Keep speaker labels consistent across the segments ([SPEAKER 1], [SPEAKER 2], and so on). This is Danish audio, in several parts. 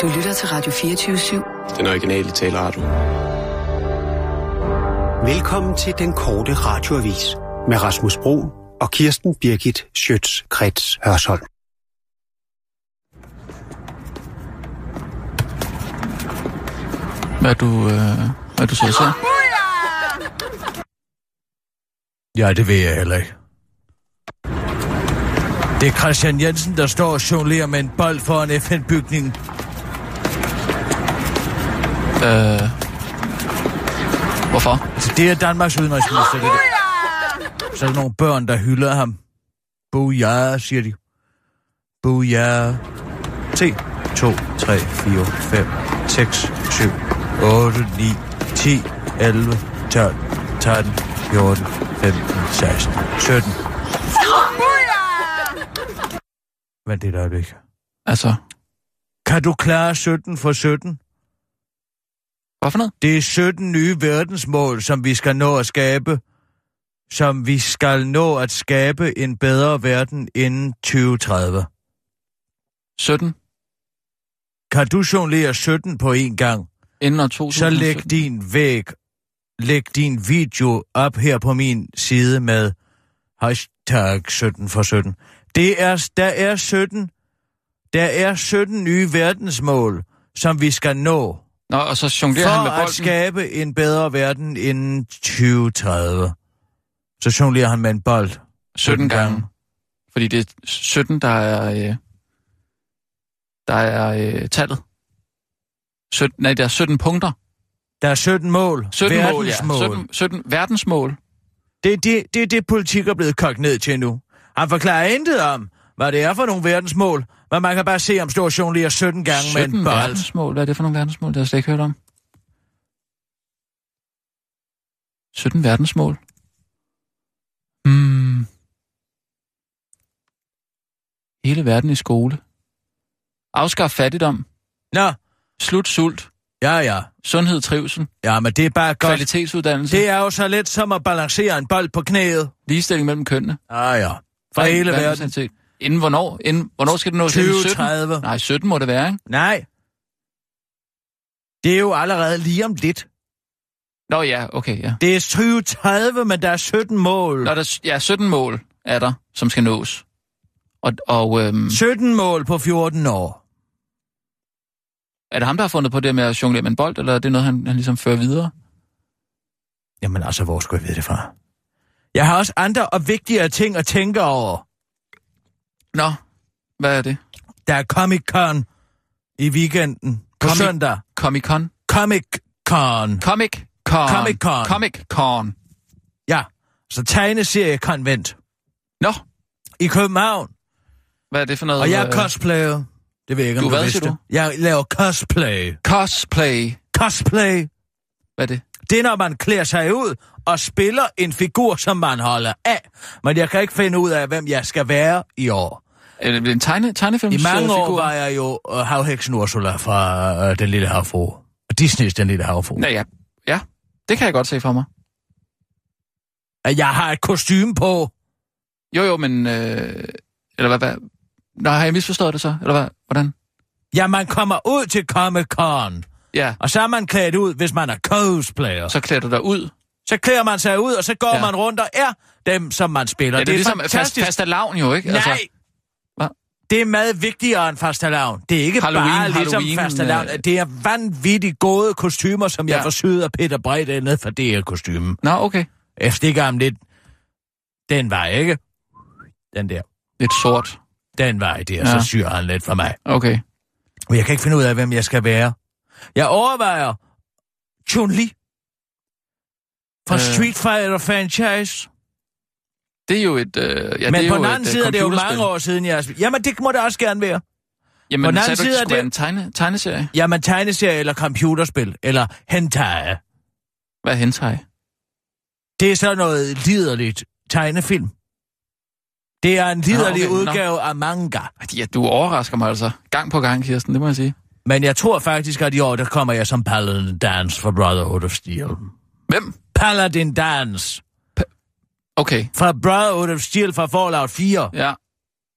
[SPEAKER 1] Du lytter til Radio 24-7.
[SPEAKER 2] Den originale taleradio.
[SPEAKER 3] Velkommen til den korte radioavis med Rasmus Bro og Kirsten Birgit Schøtz-Krets Hørsholm.
[SPEAKER 4] Hvad er du, øh, hvad er du så så?
[SPEAKER 5] Ja, det ved jeg heller ikke. Det er Christian Jensen, der står og jonglerer med en bold foran FN-bygningen.
[SPEAKER 4] Øh, hvorfor?
[SPEAKER 5] Altså, det er Danmarks udenrigsminister, det der. Så er der nogle børn, der hylder ham. Booyah, siger de. Booyah. Se. 2, 3, 4, 5, 6, 7, 8, 9, 10, 11, 12, 13, 14, 15, 16, 17. Vent et øjeblik.
[SPEAKER 4] Altså,
[SPEAKER 5] Kan du klare 17 for 17?
[SPEAKER 4] hvad for noget?
[SPEAKER 5] Det er 17 nye verdensmål, som vi skal nå at skabe. Som vi skal nå at skabe en bedre verden inden 2030.
[SPEAKER 4] 17
[SPEAKER 5] Kan du jonglere 17 på én gang,
[SPEAKER 4] inden år
[SPEAKER 5] så
[SPEAKER 4] 2017.
[SPEAKER 5] læg din væg, læg din video op her på min side med hashtag 17 for 17. Det er, der er 17, der er 17 nye verdensmål, som vi skal nå
[SPEAKER 4] Nå, og så jonglerer han med
[SPEAKER 5] for
[SPEAKER 4] bolden.
[SPEAKER 5] at skabe en bedre verden inden 2030. Så jonglerer han med en bold.
[SPEAKER 4] 17 gange. Fordi det er 17, der er... Øh, der er øh, tallet. 17, nej, der er 17 punkter.
[SPEAKER 5] Der er 17 mål.
[SPEAKER 4] 17 mål, ja.
[SPEAKER 5] verdensmål.
[SPEAKER 4] 17, 17 verdensmål.
[SPEAKER 5] Det er det, det, er det politik er blevet kogt ned til nu. Han forklarer intet om, hvad det er for nogle verdensmål, men man kan bare se, om stor jonglerer 17 gange 17 med
[SPEAKER 4] 17
[SPEAKER 5] en bold.
[SPEAKER 4] verdensmål. Hvad er det for nogle verdensmål, der har jeg slet ikke hørt om? 17 verdensmål. Hmm. Hele verden i skole. Afskaf fattigdom.
[SPEAKER 5] Nå,
[SPEAKER 4] Slut sult.
[SPEAKER 5] ja, ja.
[SPEAKER 4] Sundhed, trivsel.
[SPEAKER 5] Ja, men det er bare godt.
[SPEAKER 4] Kvalitetsuddannelse.
[SPEAKER 5] Det er jo så let som at balancere en bold på knæet.
[SPEAKER 4] Ligestilling mellem kønnene.
[SPEAKER 5] Ah ja, for
[SPEAKER 4] Ren-
[SPEAKER 5] hele verden.
[SPEAKER 4] verdensindtægt. Inden hvornår? Inden, hvornår skal det nås? Inden
[SPEAKER 5] 2030.
[SPEAKER 4] Nej, 17 må det være, ikke?
[SPEAKER 5] Nej. Det er jo allerede lige om lidt.
[SPEAKER 4] Nå ja, okay, ja.
[SPEAKER 5] Det er 2030, men der er 17 mål.
[SPEAKER 4] Nå, der, er s- ja, 17 mål er der, som skal nås. Og, og øhm,
[SPEAKER 5] 17 mål på 14 år.
[SPEAKER 4] er det ham, der har fundet på det med at jonglere med en bold, eller er det noget, han, han ligesom fører videre?
[SPEAKER 5] Jamen altså, hvor skulle jeg vide det fra? Jeg har også andre og vigtigere ting at tænke over.
[SPEAKER 4] Nå, hvad er det?
[SPEAKER 5] Der er Comic Con i weekenden på
[SPEAKER 4] Comic-
[SPEAKER 5] søndag.
[SPEAKER 4] Comic-Con?
[SPEAKER 5] Comic Con.
[SPEAKER 4] Comic-Con.
[SPEAKER 5] Comic-Con.
[SPEAKER 4] Comic-Con.
[SPEAKER 5] Ja, så tegneseriekonvent
[SPEAKER 4] Nå,
[SPEAKER 5] i København.
[SPEAKER 4] hvad er det for noget?
[SPEAKER 5] Og jeg er
[SPEAKER 4] øh,
[SPEAKER 5] cosplayer. Det ved jeg ikke, om
[SPEAKER 4] Du
[SPEAKER 5] du,
[SPEAKER 4] hvad, siger
[SPEAKER 5] vidste.
[SPEAKER 4] du?
[SPEAKER 5] Jeg laver cosplay.
[SPEAKER 4] Cosplay.
[SPEAKER 5] Cosplay,
[SPEAKER 4] Hvad er det?
[SPEAKER 5] det er, når man klæder sig ud og spiller en figur, som man holder af. Men jeg kan ikke finde ud af, hvem jeg skal være i år.
[SPEAKER 4] Er det en tegne, tegnefilm?
[SPEAKER 5] I mange år var jeg jo øh, havheksen Ursula fra øh, Den Lille Havfru. Disney's Den Lille Havfru.
[SPEAKER 4] Nå ja, ja. Det kan jeg godt se for mig.
[SPEAKER 5] At Jeg har et kostume på.
[SPEAKER 4] Jo, jo, men... Øh, eller hvad, hvad? Nå, har jeg misforstået det så? Eller hvad? Hvordan?
[SPEAKER 5] Ja, man kommer ud til Comic Con,
[SPEAKER 4] Ja,
[SPEAKER 5] og så er man klædt ud, hvis man er cosplayer. Så,
[SPEAKER 4] så klæder du dig ud.
[SPEAKER 5] så klæder man sig ud, og så går
[SPEAKER 4] Ja.
[SPEAKER 5] ja. man rundt og er dem, som man spiller.
[SPEAKER 4] Ja, det er ligesom fast,
[SPEAKER 5] fantastisk.
[SPEAKER 4] fast lavn jo, ikke? Altså-
[SPEAKER 5] Nej!
[SPEAKER 4] Hvad?
[SPEAKER 5] Det er meget vigtigere end fastelavn. Det er ikke
[SPEAKER 4] Halloween,
[SPEAKER 5] bare ligesom
[SPEAKER 4] Halloween,
[SPEAKER 5] fastelavn.
[SPEAKER 4] øh.
[SPEAKER 5] Det er vanvittigt gode kostymer, som ja.
[SPEAKER 4] Ja.
[SPEAKER 5] jeg forsyder Peter Bredt ned for det her kostyme.
[SPEAKER 4] Nå, okay.
[SPEAKER 5] Jeg stikker ham lidt. Den var ikke. Den der.
[SPEAKER 4] Lidt sort.
[SPEAKER 5] Den var der,
[SPEAKER 4] Ja.
[SPEAKER 5] ja. så syr han lidt for mig.
[SPEAKER 4] Okay.
[SPEAKER 5] Og jeg kan ikke finde ud af, hvem jeg skal være. Jeg overvejer Chun-Li fra
[SPEAKER 4] Øh.
[SPEAKER 5] øh. Street Fighter franchise.
[SPEAKER 4] Det er jo et... Øh, ja,
[SPEAKER 5] Ja, Men
[SPEAKER 4] det er
[SPEAKER 5] på
[SPEAKER 4] jo
[SPEAKER 5] den anden
[SPEAKER 4] et, øh,
[SPEAKER 5] side er det jo
[SPEAKER 4] computerspil.
[SPEAKER 5] mange år siden, jeg har spillet. Jamen, det må det også gerne være.
[SPEAKER 4] Jamen,
[SPEAKER 5] på den
[SPEAKER 4] sagde
[SPEAKER 5] anden
[SPEAKER 4] du ikke,
[SPEAKER 5] side er
[SPEAKER 4] skulle
[SPEAKER 5] det-
[SPEAKER 4] være en tegne, tegneserie?
[SPEAKER 5] Jamen, tegneserie eller computerspil, eller hentai.
[SPEAKER 4] Hvad er hentai?
[SPEAKER 5] Det er så noget liderligt tegnefilm. Det er en liderlig
[SPEAKER 4] okay,
[SPEAKER 5] okay,
[SPEAKER 4] nå.
[SPEAKER 5] udgave af manga.
[SPEAKER 4] Ja, du overrasker mig altså. Gang på gang, Kirsten, det må jeg sige.
[SPEAKER 5] Men jeg tror faktisk, at i år, der kommer jeg som Paladin Dance for Brotherhood of Steel.
[SPEAKER 4] Hvem?
[SPEAKER 5] Paladin Dance
[SPEAKER 4] Okay,
[SPEAKER 5] fra Brotherhood of Steel fra Fallout 4.
[SPEAKER 4] ja.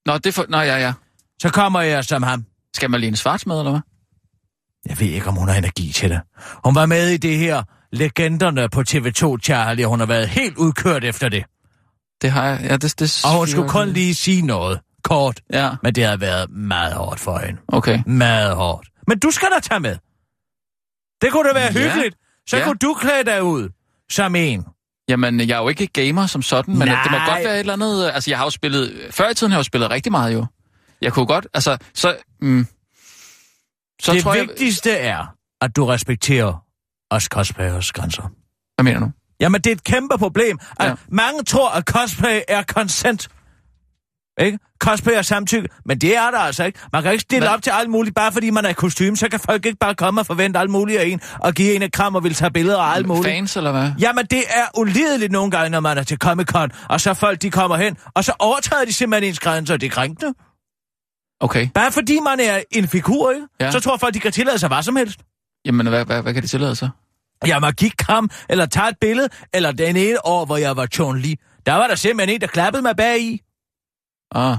[SPEAKER 4] Nå, det er for... Nå, ja, ja.
[SPEAKER 5] Så kommer jeg som ham.
[SPEAKER 4] Skal man lige en svarts med, eller hvad?
[SPEAKER 5] Jeg ved ikke, om hun har energi til det. Hun var med i det her legenderne på TV2, Charlie, og hun har været helt udkørt efter det.
[SPEAKER 4] Det har jeg. Ja, det, det,
[SPEAKER 5] Og hun skulle kun lige sige noget, kort,
[SPEAKER 4] Ja,
[SPEAKER 5] men det har været meget hårdt for hende.
[SPEAKER 4] okay.
[SPEAKER 5] Meget hårdt. Men du skal da tage med. Det kunne da være
[SPEAKER 4] Ja.
[SPEAKER 5] hyggeligt. Så
[SPEAKER 4] Ja.
[SPEAKER 5] kunne du klæde dig ud som en.
[SPEAKER 4] Jamen, jeg er jo ikke gamer som sådan, men
[SPEAKER 5] Nej.
[SPEAKER 4] det må godt være et eller andet... øh, Altså, jeg har jo spillet... Før i tiden har jeg jo spillet rigtig meget, jo. Jeg kunne godt... Altså, så... Mm, så
[SPEAKER 5] det
[SPEAKER 4] tror jeg...
[SPEAKER 5] vigtigste er, at du respekterer os cosplayers grænser.
[SPEAKER 4] Hvad mener du?
[SPEAKER 5] Jamen, det er et kæmpe problem. At ja.
[SPEAKER 4] Ja.
[SPEAKER 5] Mange tror, at cosplay er consent. Ikke? Cosplay er samtykke, men det er der altså ikke. Man kan ikke stille
[SPEAKER 4] Hvad?
[SPEAKER 5] op til alt muligt, bare fordi man er i kostume, så kan folk ikke bare komme og forvente alt muligt af en, og give en et kram og vil tage billeder af alt muligt.
[SPEAKER 4] Fans, eller hvad?
[SPEAKER 5] Jamen, det er ulideligt nogle gange, når man er til Comic-Con, og så folk, de kommer hen, og så overtræder de simpelthen ens grænser, det er krænkende.
[SPEAKER 4] Okay.
[SPEAKER 5] Bare fordi man er en figur, ikke? Ja.
[SPEAKER 4] Ja.
[SPEAKER 5] så tror folk, de kan tillade sig hvad som helst.
[SPEAKER 4] Jamen, hvad, hvad, hvad kan de tillade sig?
[SPEAKER 5] Jeg må kigge ham, eller tage et billede, eller den ene år, hvor jeg var Chun Li. Der var der simpelthen en, der klappede mig bag i.
[SPEAKER 4] Ah.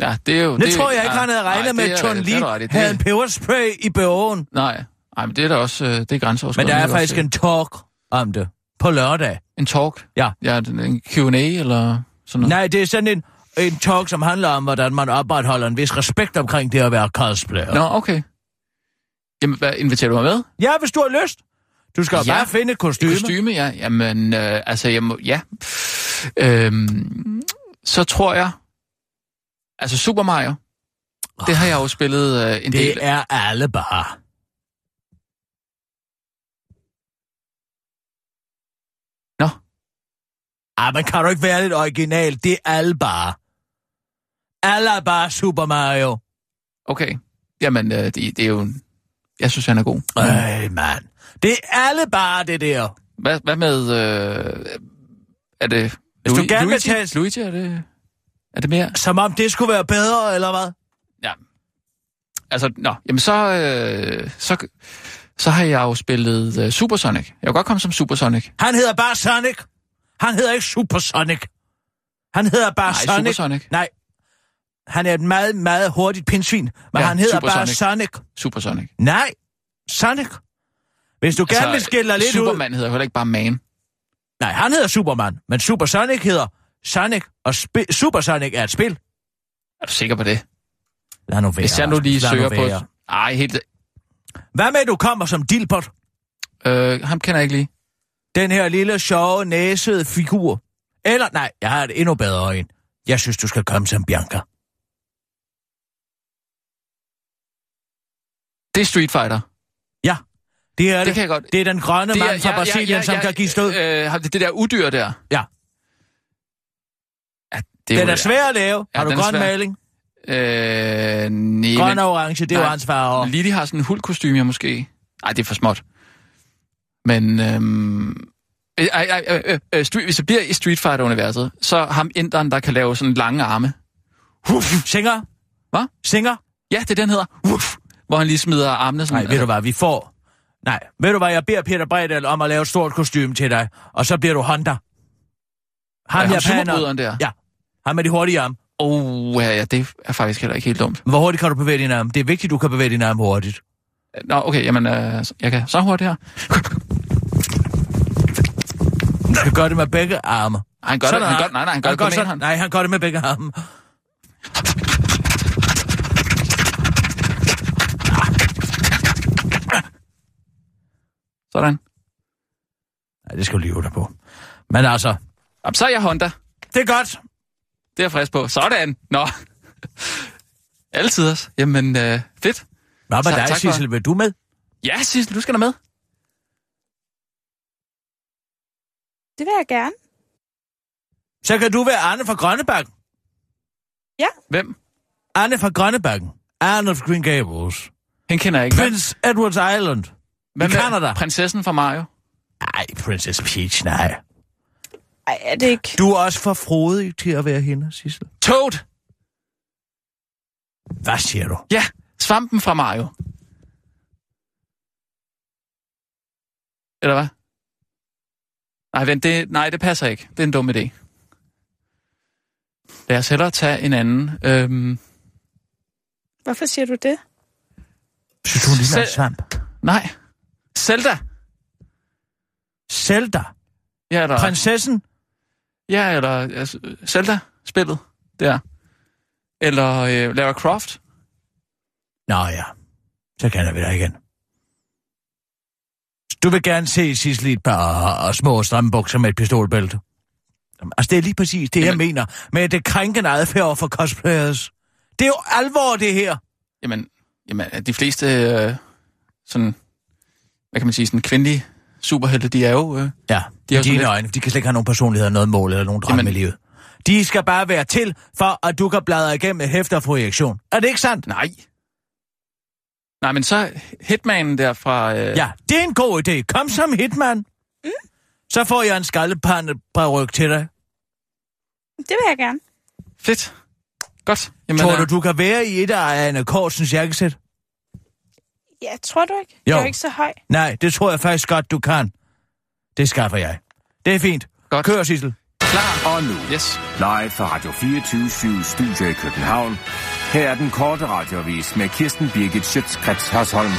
[SPEAKER 4] Ja, det er jo...
[SPEAKER 5] Det,
[SPEAKER 4] det,
[SPEAKER 5] tror jeg ikke,
[SPEAKER 4] ja,
[SPEAKER 5] han havde regnet
[SPEAKER 4] nej,
[SPEAKER 5] med,
[SPEAKER 4] det er
[SPEAKER 5] at Chun
[SPEAKER 4] rigtigt,
[SPEAKER 5] Li
[SPEAKER 4] det er rigtigt,
[SPEAKER 5] havde en
[SPEAKER 4] det-
[SPEAKER 5] peberspray i bøven.
[SPEAKER 4] Nej, nej, men det er da også... øh, Det er
[SPEAKER 5] Men
[SPEAKER 4] grænseoverskridende.
[SPEAKER 5] der er
[SPEAKER 4] det også,
[SPEAKER 5] faktisk
[SPEAKER 4] øh,
[SPEAKER 5] en talk om det på lørdag.
[SPEAKER 4] En talk?
[SPEAKER 5] Ja.
[SPEAKER 4] Ja, en- en Q&A eller sådan noget?
[SPEAKER 5] Nej, det er sådan en, en talk, som handler om, hvordan man opretholder en vis respekt omkring det at være cosplayer.
[SPEAKER 4] Nå, okay. Jamen, hvad, inviterer du mig med?
[SPEAKER 5] Ja, hvis du har lyst. Du skal ja.
[SPEAKER 4] Ja.
[SPEAKER 5] bare finde et kostyme.
[SPEAKER 4] Kostyme, ja. Jamen, øh, altså, jeg må, ja. Øhm, så tror jeg... Altså, Super Mario. Det har jeg jo spillet øh, en del...
[SPEAKER 5] Det er alle bare.
[SPEAKER 4] Nå.
[SPEAKER 5] Ah, men kan du ikke være lidt original? Det er alle bare. Alle er bare Super Mario.
[SPEAKER 4] Okay. Jamen, øh, det, det er jo... en- Jeg synes, han er god.
[SPEAKER 5] Øj, mand. Det er alle bare, det der.
[SPEAKER 4] Hvad, hvad med... Øh, er det...
[SPEAKER 5] Hvis du gerne vil
[SPEAKER 4] Luigi?
[SPEAKER 5] tage-
[SPEAKER 4] Luigi, er det... Er det mere?
[SPEAKER 5] Som om det skulle være bedre, eller hvad?
[SPEAKER 4] Altså, nå, jamen så, øh, så, så har jeg jo spillet øh, Supersonic. Jeg kan godt komme som Supersonic.
[SPEAKER 5] Han hedder bare Sonic. Han hedder ikke Super Sonic. Han hedder bare
[SPEAKER 4] Nej,
[SPEAKER 5] Ah, Sonic.
[SPEAKER 4] Supersonic.
[SPEAKER 5] Nej. Han er et meget, meget hurtigt pindsvin. Men
[SPEAKER 4] Ja,
[SPEAKER 5] han hedder
[SPEAKER 4] Super
[SPEAKER 5] bare
[SPEAKER 4] Sonic.
[SPEAKER 5] Sonic.
[SPEAKER 4] Supersonic.
[SPEAKER 5] Nej, Sonic. Hvis du gerne vil skille dig lidt ud...
[SPEAKER 4] Altså, Superman hedder jo heller ikke bare Man.
[SPEAKER 5] Nej, han hedder Superman, men Super Sonic hedder Sonic, og spi- Super Sonic er et spil.
[SPEAKER 4] Er du sikker på det?
[SPEAKER 5] Lad nu være.
[SPEAKER 4] Hvis jeg nu lige
[SPEAKER 5] Rasmus, lad
[SPEAKER 4] søger
[SPEAKER 5] nu være.
[SPEAKER 4] på... Ej, helt...
[SPEAKER 5] Hvad med, at du kommer som Dilbert?
[SPEAKER 4] Øh, ham kender jeg ikke lige.
[SPEAKER 5] Den her lille, sjove, næsede figur. Eller, nej, jeg har et endnu bedre en. Jeg synes, du skal komme som Bianca.
[SPEAKER 4] Det er Street Fighter.
[SPEAKER 5] Ja, det er det.
[SPEAKER 4] Det kan jeg godt.
[SPEAKER 5] Det er den grønne
[SPEAKER 4] Det
[SPEAKER 5] det
[SPEAKER 4] er-
[SPEAKER 5] mand fra
[SPEAKER 4] ja, ja,
[SPEAKER 5] Brasilien,
[SPEAKER 4] ja,
[SPEAKER 5] som
[SPEAKER 4] ja,
[SPEAKER 5] kan give stød. Øh,
[SPEAKER 4] Øh, ham- det, det der udyr der.
[SPEAKER 5] Ja.
[SPEAKER 4] ja det
[SPEAKER 5] den
[SPEAKER 4] jo-
[SPEAKER 5] er svær at lave.
[SPEAKER 4] Ja,
[SPEAKER 5] har du
[SPEAKER 4] den er
[SPEAKER 5] grøn
[SPEAKER 4] svær.
[SPEAKER 5] maling?
[SPEAKER 4] Øh, nej,
[SPEAKER 5] Grøn og orange, det er jo
[SPEAKER 4] Nej.
[SPEAKER 5] hans farver.
[SPEAKER 4] men Lili har sådan en hulkostyme, jeg måske... Ej, det er for småt. Men... Øhm... Ej, ej, ej, øh, øh, street, hvis det bliver i Street Fighter-universet, så ham inderen, der kan lave sådan lange arme.
[SPEAKER 5] Singer?
[SPEAKER 4] Hvad?
[SPEAKER 5] Singer?
[SPEAKER 4] Ja, det er den hedder. Wuff, hvor han lige smider armene sådan. øh,
[SPEAKER 5] Nej, ved du hvad, vi får... Nej, ved du hvad, jeg beder Peter Bredal om at lave et stort kostume til dig, og så bliver du Honda. Ham
[SPEAKER 4] øh, ham
[SPEAKER 5] japaner.
[SPEAKER 4] superbryderen der?
[SPEAKER 5] Ja, ham med de hurtige arme.
[SPEAKER 4] Åh, ja, ja, det er faktisk heller ikke helt dumt.
[SPEAKER 5] Hvor hurtigt kan du bevæge dine arme? Det er vigtigt, du kan bevæge dine arme hurtigt.
[SPEAKER 4] Nå, okay, jamen, øh, jeg kan så hurtigt her.
[SPEAKER 5] Du skal gøre det med begge arme.
[SPEAKER 4] Ej, han gør
[SPEAKER 5] Sådan
[SPEAKER 4] det, han
[SPEAKER 5] er-
[SPEAKER 4] gør, nej, nej, han gør det på
[SPEAKER 5] sådan-
[SPEAKER 4] sådan.
[SPEAKER 5] Nej, han gør det med begge arme.
[SPEAKER 4] sådan.
[SPEAKER 5] Nej, det skal du lige øve dig på. Men altså,
[SPEAKER 4] Jamen, så er jeg Honda.
[SPEAKER 5] det er godt.
[SPEAKER 4] Det er jeg frisk på. Sådan. Nå. Altid også. Jamen, øh, fedt.
[SPEAKER 5] Hvad med
[SPEAKER 4] Så-
[SPEAKER 5] dig,
[SPEAKER 4] tak for-
[SPEAKER 5] Sissel? Vil du med?
[SPEAKER 4] Ja, Sissel, du skal da med.
[SPEAKER 2] Det vil jeg gerne.
[SPEAKER 5] Så kan du være Arne fra Grønnebakken.
[SPEAKER 4] Hvem?
[SPEAKER 5] Arne fra Grønnebakken. Arne fra Green Gables.
[SPEAKER 4] Hende kender jeg ikke. Hvad-
[SPEAKER 5] Prince Edwards Island.
[SPEAKER 4] Hvad
[SPEAKER 5] i Canada.
[SPEAKER 4] Prinsessen fra Mario.
[SPEAKER 5] Nej, Princess Peach, nej.
[SPEAKER 2] Ej, er det ikke?
[SPEAKER 5] Du er også for frodig til at være hende, Sissel.
[SPEAKER 4] Toad!
[SPEAKER 5] Hvad siger du?
[SPEAKER 4] Ja, svampen fra Mario. Eller hvad? Nej, vent, det, nej, det passer ikke. Det er en dum idé. Lad os hellere tage en anden. Øhm,
[SPEAKER 2] Hvorfor siger du det?
[SPEAKER 5] Synes du, hun ligner en
[SPEAKER 4] Sel-
[SPEAKER 5] svamp?
[SPEAKER 4] Nej. Zelda.
[SPEAKER 5] Zelda.
[SPEAKER 4] Ja, eller,
[SPEAKER 5] Prinsessen.
[SPEAKER 4] ja, eller altså, Zelda-spillet der. Eller øh, Lara Croft.
[SPEAKER 5] Nå ja, så kender vi dig igen. Du vil gerne se Sisli i et par og små stramme bukser med et pistolbælte. Jamen, Altså, det er lige præcis det, jeg
[SPEAKER 4] Jamen-
[SPEAKER 5] mener med det krænkende adfærd over for cosplayers. Det er jo alvor, det her.
[SPEAKER 4] Jamen, jamen de fleste øh, sådan, hvad kan man sige, sådan kvindelige superhelte, de er jo... Øh, Det
[SPEAKER 5] Ja,
[SPEAKER 4] er
[SPEAKER 5] de
[SPEAKER 4] jo sådan
[SPEAKER 5] dine
[SPEAKER 4] lidt-
[SPEAKER 5] øjne. De kan slet ikke have nogen personlighed, noget mål eller nogen drømme
[SPEAKER 4] Jamen-
[SPEAKER 5] i livet. De skal bare være til, for at du kan bladre igennem et hæfter for reaktion. Er det ikke sandt?
[SPEAKER 4] nej. Nej, men så Hitmanen der fra... Øh,
[SPEAKER 5] Ja, det er en god idé. Kom som hitman.
[SPEAKER 4] Mm.
[SPEAKER 5] Så får jeg en skallepande på ryg til dig.
[SPEAKER 2] Det vil jeg gerne.
[SPEAKER 4] Fedt. Godt. Jamen,
[SPEAKER 5] Tror
[SPEAKER 4] øh,
[SPEAKER 5] du, du kan være i et af Anne Korsens jakkesæt?
[SPEAKER 2] Ja, tror du ikke? Jeg
[SPEAKER 5] Jo.
[SPEAKER 2] er jo ikke så høj.
[SPEAKER 5] Nej, det tror jeg faktisk godt, du kan. Det skaffer jeg. Det er fint.
[SPEAKER 4] Godt.
[SPEAKER 5] Kør, Sissel.
[SPEAKER 4] Klar.
[SPEAKER 6] Og nu,
[SPEAKER 4] Yes.
[SPEAKER 6] live fra Radio 24 Studio i København. Her er den korte radiovis med Kirsten Birgit Schøtzgrads Hasholm.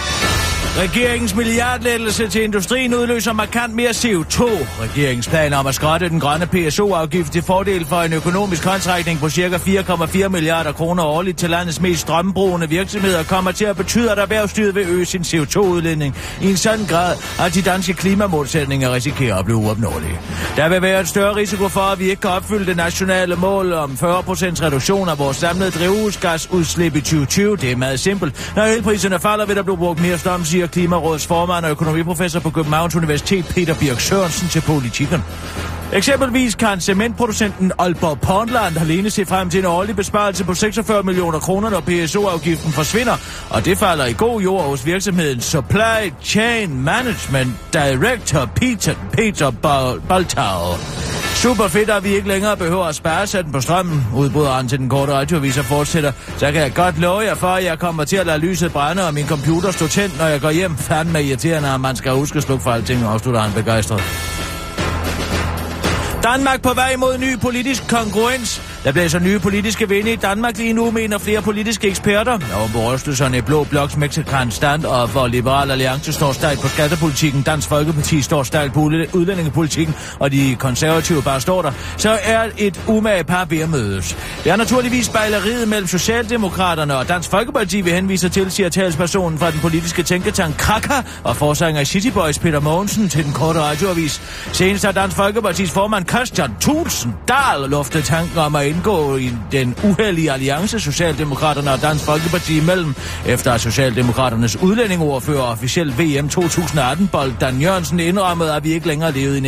[SPEAKER 5] Regeringens milliardlettelse til industrien udløser markant mere CO2. Regeringens plan om at skrotte den grønne PSO-afgift til fordel for en økonomisk håndtrækning på ca. 4,4 milliarder kroner årligt til landets mest strømbrugende virksomheder kommer til at betyde, at erhvervslivet vil øge sin CO2-udledning i en sådan grad, at de danske klimamålsætninger risikerer at blive uopnåelige. Der vil være en større risiko for, at vi ikke kan opfylde det nationale mål om 40% reduktion af vores samlede drivhusgasudslip i 2020. Det er meget simpelt. Når elpriserne falder, vil der blive brugt mere strøm, siger Klimarådets formand og økonomiprofessor på Københavns Universitet Peter Birk Sørensen til politikken. Eksempelvis kan cementproducenten Aalborg Portland alene se frem til en årlig besparelse på 46 millioner kroner, når PSO-afgiften forsvinder, og det falder i god jord hos virksomheden Supply Chain Management Director Peter, Peter Bal- Baltau. Super fedt, at vi ikke længere behøver at spare sætten på strømmen, udbryder han til den korte radioavis og fortsætter. Så kan jeg godt love jer for, at jeg kommer til at lade lyset brænde, og min computer stå tændt, når jeg går hjem. Fanden med irriterende, at man skal huske at slukke for alting, afslutter han begejstret. Danmark på vej mod ny politisk kongruens. Der blæser nye politiske vinde i Danmark lige nu, mener flere politiske eksperter. Og på rystelserne i Blå Bloks Mexikan stand, og hvor Liberal Alliance står stærkt på skattepolitikken, Dansk Folkeparti står stærkt på udlæ- udlændingepolitikken, og de konservative bare står der, så er et umage par ved at mødes. Det er naturligvis bejleriet mellem Socialdemokraterne og Dansk Folkeparti, vi henviser til, siger talspersonen fra den politiske tænketank Kraka og forsanger i City Boys Peter Mogensen til den korte radioavis. Senest har Dansk Folkepartis formand Christian Thulsen Dahl luftet tanken om at indgå i den uheldige alliance Socialdemokraterne og Dansk Folkeparti imellem, efter at Socialdemokraternes udlændingeordfører og officiel VM 2018 bold Dan Jørgensen indrømmede, at vi ikke længere levede i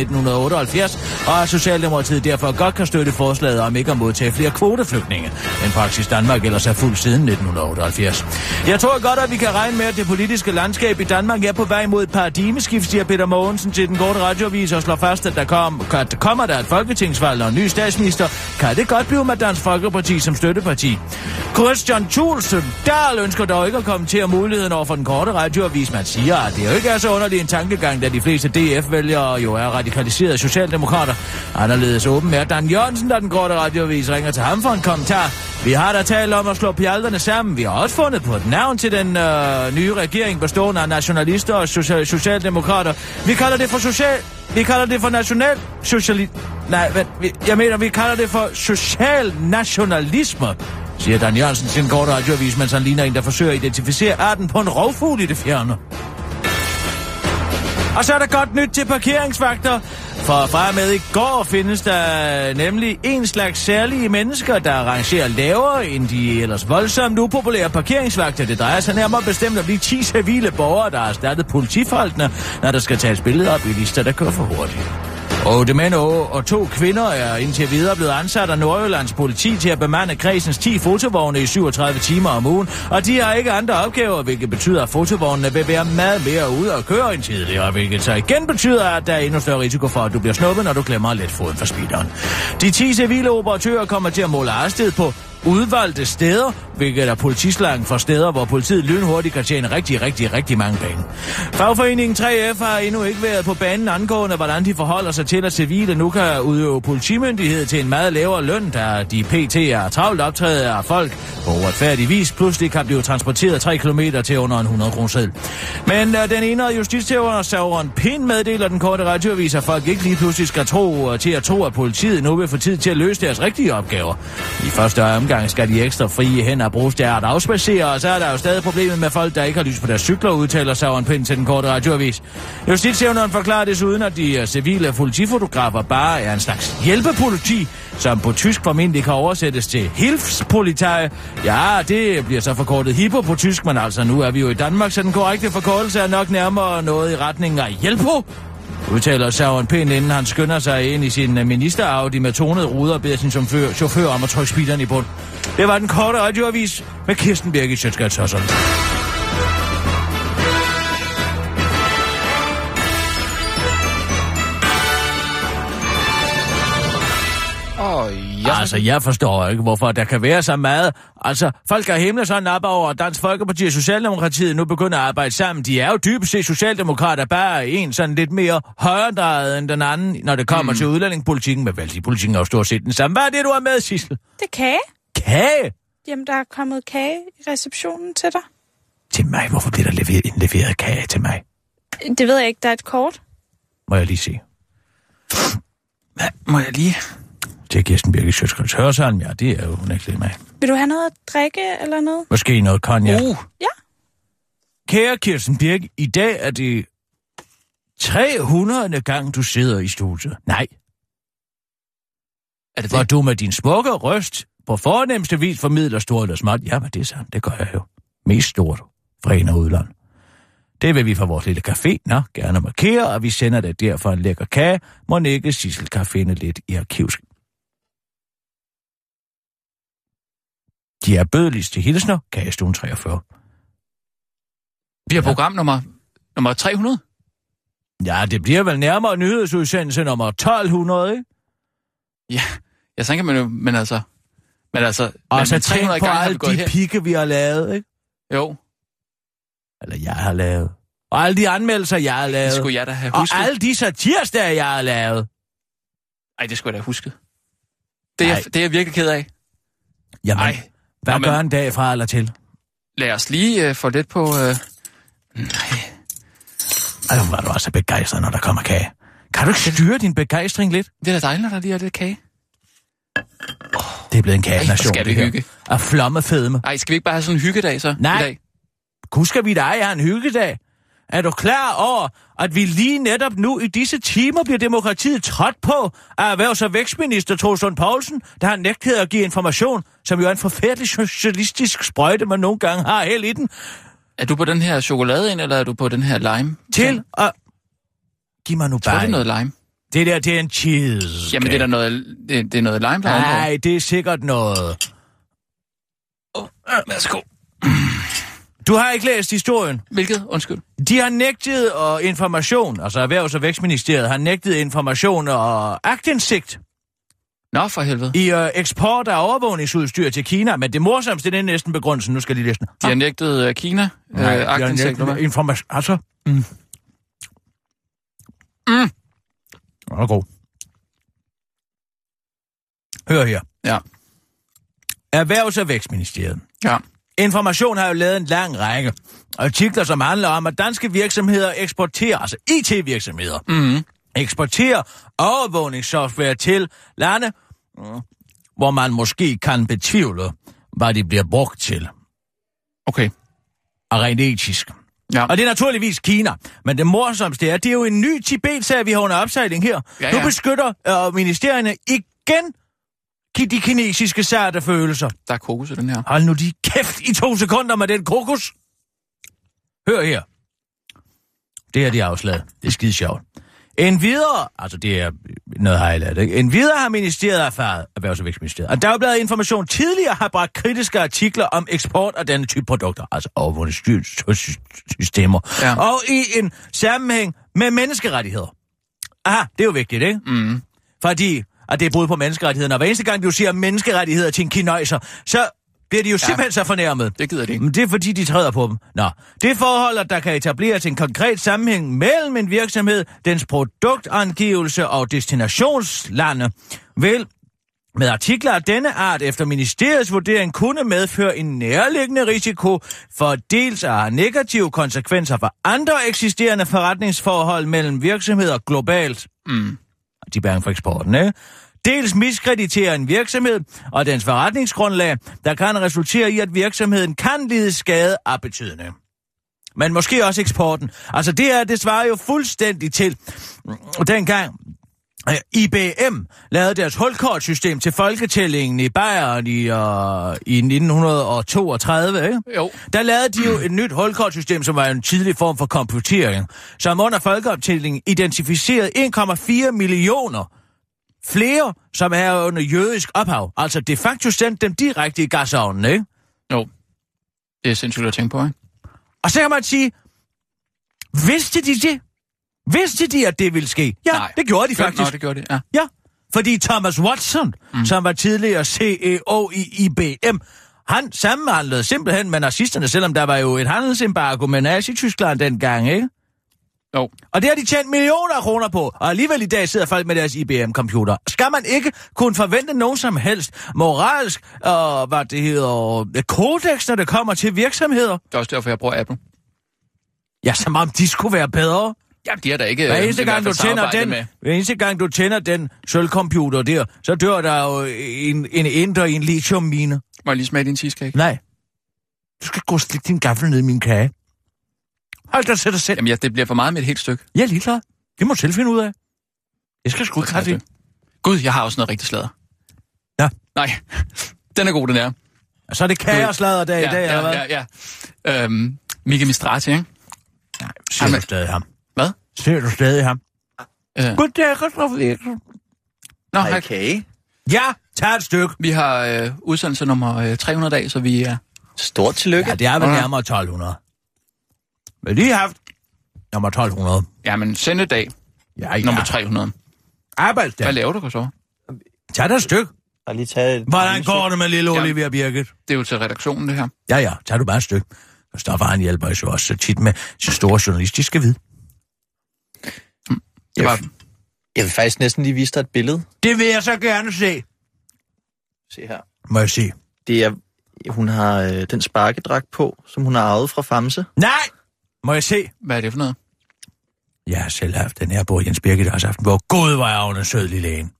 [SPEAKER 5] 1978, og at Socialdemokratiet derfor godt kan støtte forslaget om ikke at modtage flere kvoteflygtninge. En praksis Danmark ellers er fuld siden 1978. Jeg tror godt, at vi kan regne med, at det politiske landskab i Danmark er på vej mod et paradigmeskift, siger Peter Mogensen til den korte radioavis og slår fast, at der, kom, at der kommer der et folketingsvalg og en ny statsminister. Kan det godt blive med Dansk Folkeparti som støtteparti? Christian Thulsen Dahl ønsker dog ikke at kommentere muligheden over for den korte radioavis. Man siger, at det jo ikke er så underlig en tankegang, da de fleste DF-vælgere jo er radikaliserede socialdemokrater. Anderledes åben er Dan Jørgensen, der den korte radioavis ringer til ham for en kommentar. Vi har da talt om at slå pjalterne sammen. Vi har også fundet på et navn til den øh, nye regering, bestående af nationalister og social- socialdemokrater. Vi kalder det for social... Vi kalder det for national... Sociali... Nej, vent, vi- jeg mener, vi kalder det for social nationalisme siger Dan Jørgensen til en kort radioavis, mens han ligner en, der forsøger at identificere arten på en rovfugl i det fjerne. Og så er der godt nyt til parkeringsvagter. For fra og med i går findes der nemlig en slags særlige mennesker, der rangerer lavere end de ellers voldsomt upopulære parkeringsvagter. Det drejer sig nærmere bestemt om de 10 civile borgere, der har erstattet politifolkene, når der skal tages billeder af bilister, der kører for hurtigt. Og det mænd og, og to kvinder er indtil videre blevet ansat af Nordjyllands politi til at bemande kredsens 10 fotovogne i 37 timer om ugen, og de har ikke andre opgaver, hvilket betyder, at fotovognene vil være meget mere ude og køre end tidligere, hvilket så igen betyder, at der er endnu større risiko for, at du bliver snuppet, når du glemmer at lette foden for speederen. De 10 civile operatører kommer til at måle hastighed på udvalgte steder, hvilket er politislangen for steder, hvor politiet lynhurtigt kan tjene rigtig, rigtig, rigtig mange penge. Fagforeningen 3F har endnu ikke været på banen angående, hvordan de forholder sig til, at civile nu kan udøve politimyndighed til en meget lavere løn, da de pt. er travlt optrædet af folk på uretfærdig vis pludselig kan blive transporteret 3 km til under en 100 kroner seddel. Men uh, den ene af justitstæverne, Sauron Pind, meddeler den korte radioavis, at folk ikke lige pludselig skal tro uh, til at tro, at politiet nu vil få tid til at løse deres rigtige opgaver. I første omgang skal de ekstra frie hænder bruges til at afspacere, og så er der jo stadig problemet med folk, der ikke har lys på deres cykler, udtaler Sauron Pind til den korte radioavis. Justitstævneren forklarer desuden, at de uh, civile politifotografer bare er en slags hjælpepoliti, som på tysk formentlig kan oversættes til Hilfspolitei. Ja, det bliver så forkortet Hippo på tysk, men altså nu er vi jo i Danmark, så den korrekte forkortelse er nok nærmere noget i retningen af Hjælpo, udtaler Sauron Pind, inden han skynder sig ind i sin øh, ministeraudi med tonede ruder og beder sin chauffør, chauffør om at trykke speederen i bund. Det var den korte radioavis med Kirsten Birgit Sjøtskrets og sådan.
[SPEAKER 4] Åh, oh,
[SPEAKER 5] Ja. Altså, jeg forstår ikke, hvorfor der kan være så meget. Altså, folk er himlen sådan op over, at Dansk Folkeparti og Socialdemokratiet nu begynder at arbejde sammen. De er jo dybest set socialdemokrater, bare en sådan lidt mere højredrejet end den anden, når det kommer mm. til udlændingepolitikken. Men værdipolitikken er jo stort set den samme. Hvad er det, du har med, Sissel?
[SPEAKER 2] Det er kage.
[SPEAKER 5] Kage?
[SPEAKER 2] Jamen, der er kommet kage i receptionen til dig.
[SPEAKER 5] Til mig? Hvorfor bliver der leveret, indleveret kage til mig?
[SPEAKER 2] Det ved jeg ikke, der er et kort.
[SPEAKER 5] Må jeg lige se.
[SPEAKER 4] Hvad må jeg lige...
[SPEAKER 5] Til Kirsten Birke Sjøtskrets Hørsholm, ja, det er jo unægteligt mig.
[SPEAKER 2] Vil du have noget at drikke eller noget?
[SPEAKER 5] Måske noget konjak.
[SPEAKER 4] Uh,
[SPEAKER 5] Kære Kirsten Birk, i dag er det 300. gang, du sidder i studiet. Nej,
[SPEAKER 4] er det
[SPEAKER 5] hvor
[SPEAKER 4] det?
[SPEAKER 5] du med din smukke røst på fornemmeste vis formidler stort eller småt. Jamen, det er sandt, det gør jeg jo. Mest stort fra ind- og udland. Det vil vi fra vores lille café nå, gerne markere, og vi sender dig derfor en lækker kage, må ikke Sissel kan finde lidt i arkivsk. De er bødeligst til hilsner, kagestuen 43.
[SPEAKER 4] Vi har programnummer nummer 300.
[SPEAKER 5] Ja, det bliver vel nærmere nyhedsudsendelse nummer 1200, ikke?
[SPEAKER 4] Ja, ja sådan kan man jo... Men altså... Men altså... men-
[SPEAKER 5] Og så
[SPEAKER 4] men
[SPEAKER 5] tænk på
[SPEAKER 4] har vi
[SPEAKER 5] alle
[SPEAKER 4] gået
[SPEAKER 5] de pikke, vi har lavet, ikke?
[SPEAKER 4] Jo,
[SPEAKER 5] Eller jeg har lavet. Og alle de anmeldelser, jeg har
[SPEAKER 4] det
[SPEAKER 5] lavet.
[SPEAKER 4] skulle jeg da have
[SPEAKER 5] Og
[SPEAKER 4] husket.
[SPEAKER 5] alle de satirsdage, jeg har lavet.
[SPEAKER 4] Ej, det skulle jeg da have husket. Det er,
[SPEAKER 5] Ej.
[SPEAKER 4] jeg, det er jeg virkelig ked af.
[SPEAKER 5] Jamen,
[SPEAKER 4] Ej,
[SPEAKER 5] Ej. hvad
[SPEAKER 4] Jamen.
[SPEAKER 5] gør en dag fra eller til?
[SPEAKER 4] lad os lige øh, få lidt på... Øh...
[SPEAKER 5] Ej, hvor var du også begejstret, når der kommer kage. Kan du ikke styre din begejstring lidt?
[SPEAKER 4] Det er da dejligt, når der lige er lidt kage.
[SPEAKER 5] Det er blevet en
[SPEAKER 4] Ej, hvor
[SPEAKER 5] kagenation,
[SPEAKER 4] skal vi
[SPEAKER 5] det her.
[SPEAKER 4] hygge.
[SPEAKER 5] Af flommefedme.
[SPEAKER 4] Ej, skal vi ikke bare have sådan en hyggedag så?
[SPEAKER 5] Nej.
[SPEAKER 4] I dag?
[SPEAKER 5] Husker vi dig, er en hyggedag? Er du klar over, at vi lige netop nu i disse timer bliver demokratiet trådt på af erhvervs- og vækstminister Torsten Poulsen, der har nægtet at give information, som jo er en forfærdelig socialistisk sprøjte, man nogle gange har held i den,
[SPEAKER 4] Er du på den her chokolade ind, eller er du på den her lime?
[SPEAKER 5] til at... Giv mig nu
[SPEAKER 4] Tror du, det
[SPEAKER 5] bare...
[SPEAKER 4] er noget lime?
[SPEAKER 5] Det der, det er en cheese.
[SPEAKER 4] Jamen, det er da noget, det, det er noget lime, der er ovenpå.
[SPEAKER 5] Nej, det er sikkert noget.
[SPEAKER 4] Værsgo.
[SPEAKER 5] Du har ikke læst historien.
[SPEAKER 4] Hvilket? Undskyld.
[SPEAKER 5] De har nægtet og information, altså Erhvervs- og Vækstministeriet har nægtet information og agtindsigt
[SPEAKER 4] Nå, for helvede.
[SPEAKER 5] i øh, eksport af overvågningsudstyr til Kina, men det morsomste, det er næsten begrundelsen. Nu skal jeg lige læse den.
[SPEAKER 4] De har nægtet øh, Kina. Øh,
[SPEAKER 5] Nej, de har
[SPEAKER 4] aktindsigt,
[SPEAKER 5] nægtet
[SPEAKER 4] eller hvad?
[SPEAKER 5] information. Altså. Mm. Mm. Den er god. Hør her.
[SPEAKER 4] Ja.
[SPEAKER 5] Erhvervs- og Vækstministeriet
[SPEAKER 4] ja.
[SPEAKER 5] Information har jo lavet en lang række artikler, som handler om, at danske virksomheder eksporterer, altså IT-virksomheder,
[SPEAKER 4] Mm-hmm.
[SPEAKER 5] eksporterer overvågningssoftware til lande, mm, hvor man måske kan betvivle, hvad de bliver brugt til,
[SPEAKER 4] Okay.
[SPEAKER 5] og rent etisk.
[SPEAKER 4] Ja.
[SPEAKER 5] Og det er naturligvis Kina. Men det morsomste er, det er jo en ny Tibet-sag, vi har under opsejling her.
[SPEAKER 4] Ja,
[SPEAKER 5] Nu
[SPEAKER 4] ja.
[SPEAKER 5] beskytter øh, ministerierne igen ki- de kinesiske sarte følelser.
[SPEAKER 4] Der er kokos i den her.
[SPEAKER 5] Hold nu lige kæft i to sekunder med den kokos. Hør her. Det her, det er afslaget. Det er skide sjovt. En videre, altså det er noget highlight, ikke? En videre har ministeriet erfaret, Erhvervs- og Vækstministeriet, at Dagbladet Information tidligere har bragt kritiske artikler om eksport af denne type produkter, altså overvågningssystemer,
[SPEAKER 4] Ja.
[SPEAKER 5] og i en sammenhæng med menneskerettigheder. Aha, det er jo vigtigt, ikke?
[SPEAKER 4] Mm.
[SPEAKER 5] Fordi at det er brud på menneskerettighederne. Og hver eneste gang, du siger menneskerettigheder til en kinøjser, så bliver de jo ja. simpelthen så fornærmet.
[SPEAKER 4] Det gider de ikke.
[SPEAKER 5] Men det er fordi, de træder på dem. Nå, det forhold, at der kan etableres en konkret sammenhæng mellem en virksomhed, dens produktangivelse og destinationslande, vil med artikler af denne art efter ministeriets vurdering kunne medføre en nærliggende risiko for dels at have negative konsekvenser for andre eksisterende forretningsforhold mellem virksomheder globalt.
[SPEAKER 4] Mm.
[SPEAKER 5] De er bange for eksporten, ikke? Dels miskreditere en virksomhed og dens forretningsgrundlag, der kan resultere i, at virksomheden kan lide skade af betydende. Men måske også eksporten. Altså det her, det svarer jo fuldstændig til mm, dengang øh, IBM lavede deres hulkortsystem til folketællingen i Bayern i, øh, i 1932, ikke?
[SPEAKER 4] Jo.
[SPEAKER 5] Der lavede de jo et nyt hulkortsystem, som var en tidlig form for computering, som under folkeoptællingen identificerede 1,4 millioner flere, som er under jødisk ophav. Altså de facto sendte dem direkte i gasovnen, ikke?
[SPEAKER 4] Jo. Det er sindssygt at tænke på, ikke?
[SPEAKER 5] Og så kan man sige, vidste de det? Vidste de, at det ville ske? Ja,
[SPEAKER 4] Nej.
[SPEAKER 5] det gjorde de
[SPEAKER 4] Nå,
[SPEAKER 5] faktisk.
[SPEAKER 4] det gjorde det, ja.
[SPEAKER 5] Ja, fordi Thomas Watson, mm. som var tidligere CEO i IBM, han sammenhandlede simpelthen med nazisterne, selvom der var jo et handelsembargo med Nazi-Tyskland dengang, ikke?
[SPEAKER 4] Jo.
[SPEAKER 5] Og det har de tjent millioner af kroner på, og alligevel i dag sidder folk med deres IBM-computer. Skal man ikke kunne forvente nogen som helst moralsk, og hvad det hedder, kodex, når det kommer til virksomheder?
[SPEAKER 4] Det er også derfor, jeg bruger Apple.
[SPEAKER 5] Ja, som om de skulle være bedre.
[SPEAKER 4] Jamen, de er da ikke...
[SPEAKER 5] Hver
[SPEAKER 4] øh,
[SPEAKER 5] eneste,
[SPEAKER 4] i hvert
[SPEAKER 5] gang, du
[SPEAKER 4] fald
[SPEAKER 5] tænder
[SPEAKER 4] samarbejdet
[SPEAKER 5] den,
[SPEAKER 4] Med.
[SPEAKER 5] hver eneste gang, du tænder den sølvcomputer der, så dør der jo en, en indre i en lithiummine.
[SPEAKER 4] Må jeg lige smage din cheesecake?
[SPEAKER 5] Nej. Du skal gå og stikke din gaffel ned i min kage. Hold dig til dig selv.
[SPEAKER 4] Jamen, ja, det bliver for meget med et helt stykke.
[SPEAKER 5] Jeg er ligeglad. Det må du selv finde ud af. Jeg skal sgu ikke have det.
[SPEAKER 4] Gud, jeg har også noget rigtig sladder.
[SPEAKER 5] Ja.
[SPEAKER 4] Nej, den er god, den er.
[SPEAKER 5] Så er det kage og sladder dag i dag, eller hvad?
[SPEAKER 4] ja, ja, ja. Øhm, Mika Mistrati, ikke?
[SPEAKER 5] Ser
[SPEAKER 4] Jamen-
[SPEAKER 5] du stadig ham?
[SPEAKER 4] Hvad?
[SPEAKER 5] Ser du stadig ham?
[SPEAKER 4] Øh.
[SPEAKER 5] Goddag, Christoffer Eriksen.
[SPEAKER 4] Nå, hej.
[SPEAKER 7] Okay.
[SPEAKER 5] Ja, tag et stykke.
[SPEAKER 4] Vi har øh, udsendelse nummer øh, 300 dag, så vi er...
[SPEAKER 7] Stort tillykke.
[SPEAKER 5] Ja, det er vel
[SPEAKER 4] Nå, nå.
[SPEAKER 5] nærmere 1200. Men lige haft nummer 1200.
[SPEAKER 4] Jamen, sende dag,
[SPEAKER 5] Ja,
[SPEAKER 4] ja.
[SPEAKER 5] ja.
[SPEAKER 4] nummer 300.
[SPEAKER 5] Arbejdsdag.
[SPEAKER 4] Hvad laver du, så?
[SPEAKER 5] Tag dig et stykke.
[SPEAKER 7] Har lige taget...
[SPEAKER 5] Hvordan går det med lille
[SPEAKER 4] Jamen.
[SPEAKER 5] Olivia Birgit?
[SPEAKER 4] Det er jo til redaktionen, det her.
[SPEAKER 5] Ja, ja, tag du bare et stykke. Stoffer, han hjælper os jo også så tit med sin store journalistiske vid.
[SPEAKER 4] Det var,
[SPEAKER 7] Jeg vil faktisk næsten lige vise dig et billede.
[SPEAKER 5] Det vil jeg så gerne se.
[SPEAKER 7] Se her.
[SPEAKER 5] Må jeg sige.
[SPEAKER 7] Det er... Hun har øh, den sparkedragt på, som hun har arvet fra Famse.
[SPEAKER 5] Nej! Må jeg se?
[SPEAKER 4] hvad er det for noget?
[SPEAKER 5] Jeg har selv haft den her på Jens Birgit har også haft den. Hvor god var jeg under sød lille en.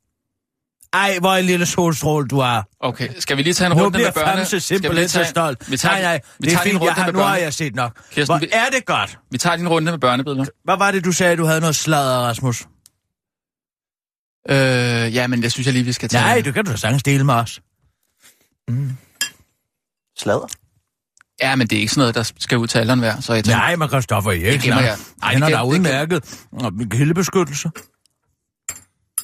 [SPEAKER 5] Ej, hvor en lille solstråle du har.
[SPEAKER 4] Okay, skal vi lige tage en
[SPEAKER 5] Nu
[SPEAKER 4] runde med
[SPEAKER 5] bliver
[SPEAKER 4] børne?
[SPEAKER 5] Famse
[SPEAKER 4] Skal vi lige
[SPEAKER 5] simpelthen så
[SPEAKER 4] tage-
[SPEAKER 5] stolt.
[SPEAKER 4] Vi tager,
[SPEAKER 5] nej, nej,
[SPEAKER 4] vi
[SPEAKER 5] det er
[SPEAKER 4] tager lige en
[SPEAKER 5] fint, jeg
[SPEAKER 4] runde
[SPEAKER 5] har,
[SPEAKER 4] med
[SPEAKER 5] nu har
[SPEAKER 4] børne.
[SPEAKER 5] jeg set nok.
[SPEAKER 4] Kirsten,
[SPEAKER 5] Hvor
[SPEAKER 4] vi-
[SPEAKER 5] er det godt.
[SPEAKER 4] Vi tager lige en runde med børnebilleder.
[SPEAKER 5] Hvad var det, du sagde, du havde noget sladder, Rasmus?
[SPEAKER 4] Øh, ja, men jeg synes jeg lige, vi skal tage...
[SPEAKER 5] Nej, du kan du da sagtens dele med os.
[SPEAKER 7] Slader.
[SPEAKER 4] Ja, men det er ikke sådan noget, der skal ud til alderen hver, så jeg tænker...
[SPEAKER 5] Nej, man kan stoppe ikke.
[SPEAKER 4] Det gemmer jeg.
[SPEAKER 5] Nej,
[SPEAKER 4] Nej,
[SPEAKER 5] han
[SPEAKER 4] det
[SPEAKER 5] er
[SPEAKER 4] gem-
[SPEAKER 5] da
[SPEAKER 4] det gem-
[SPEAKER 5] udmærket. Og min kildebeskyttelse.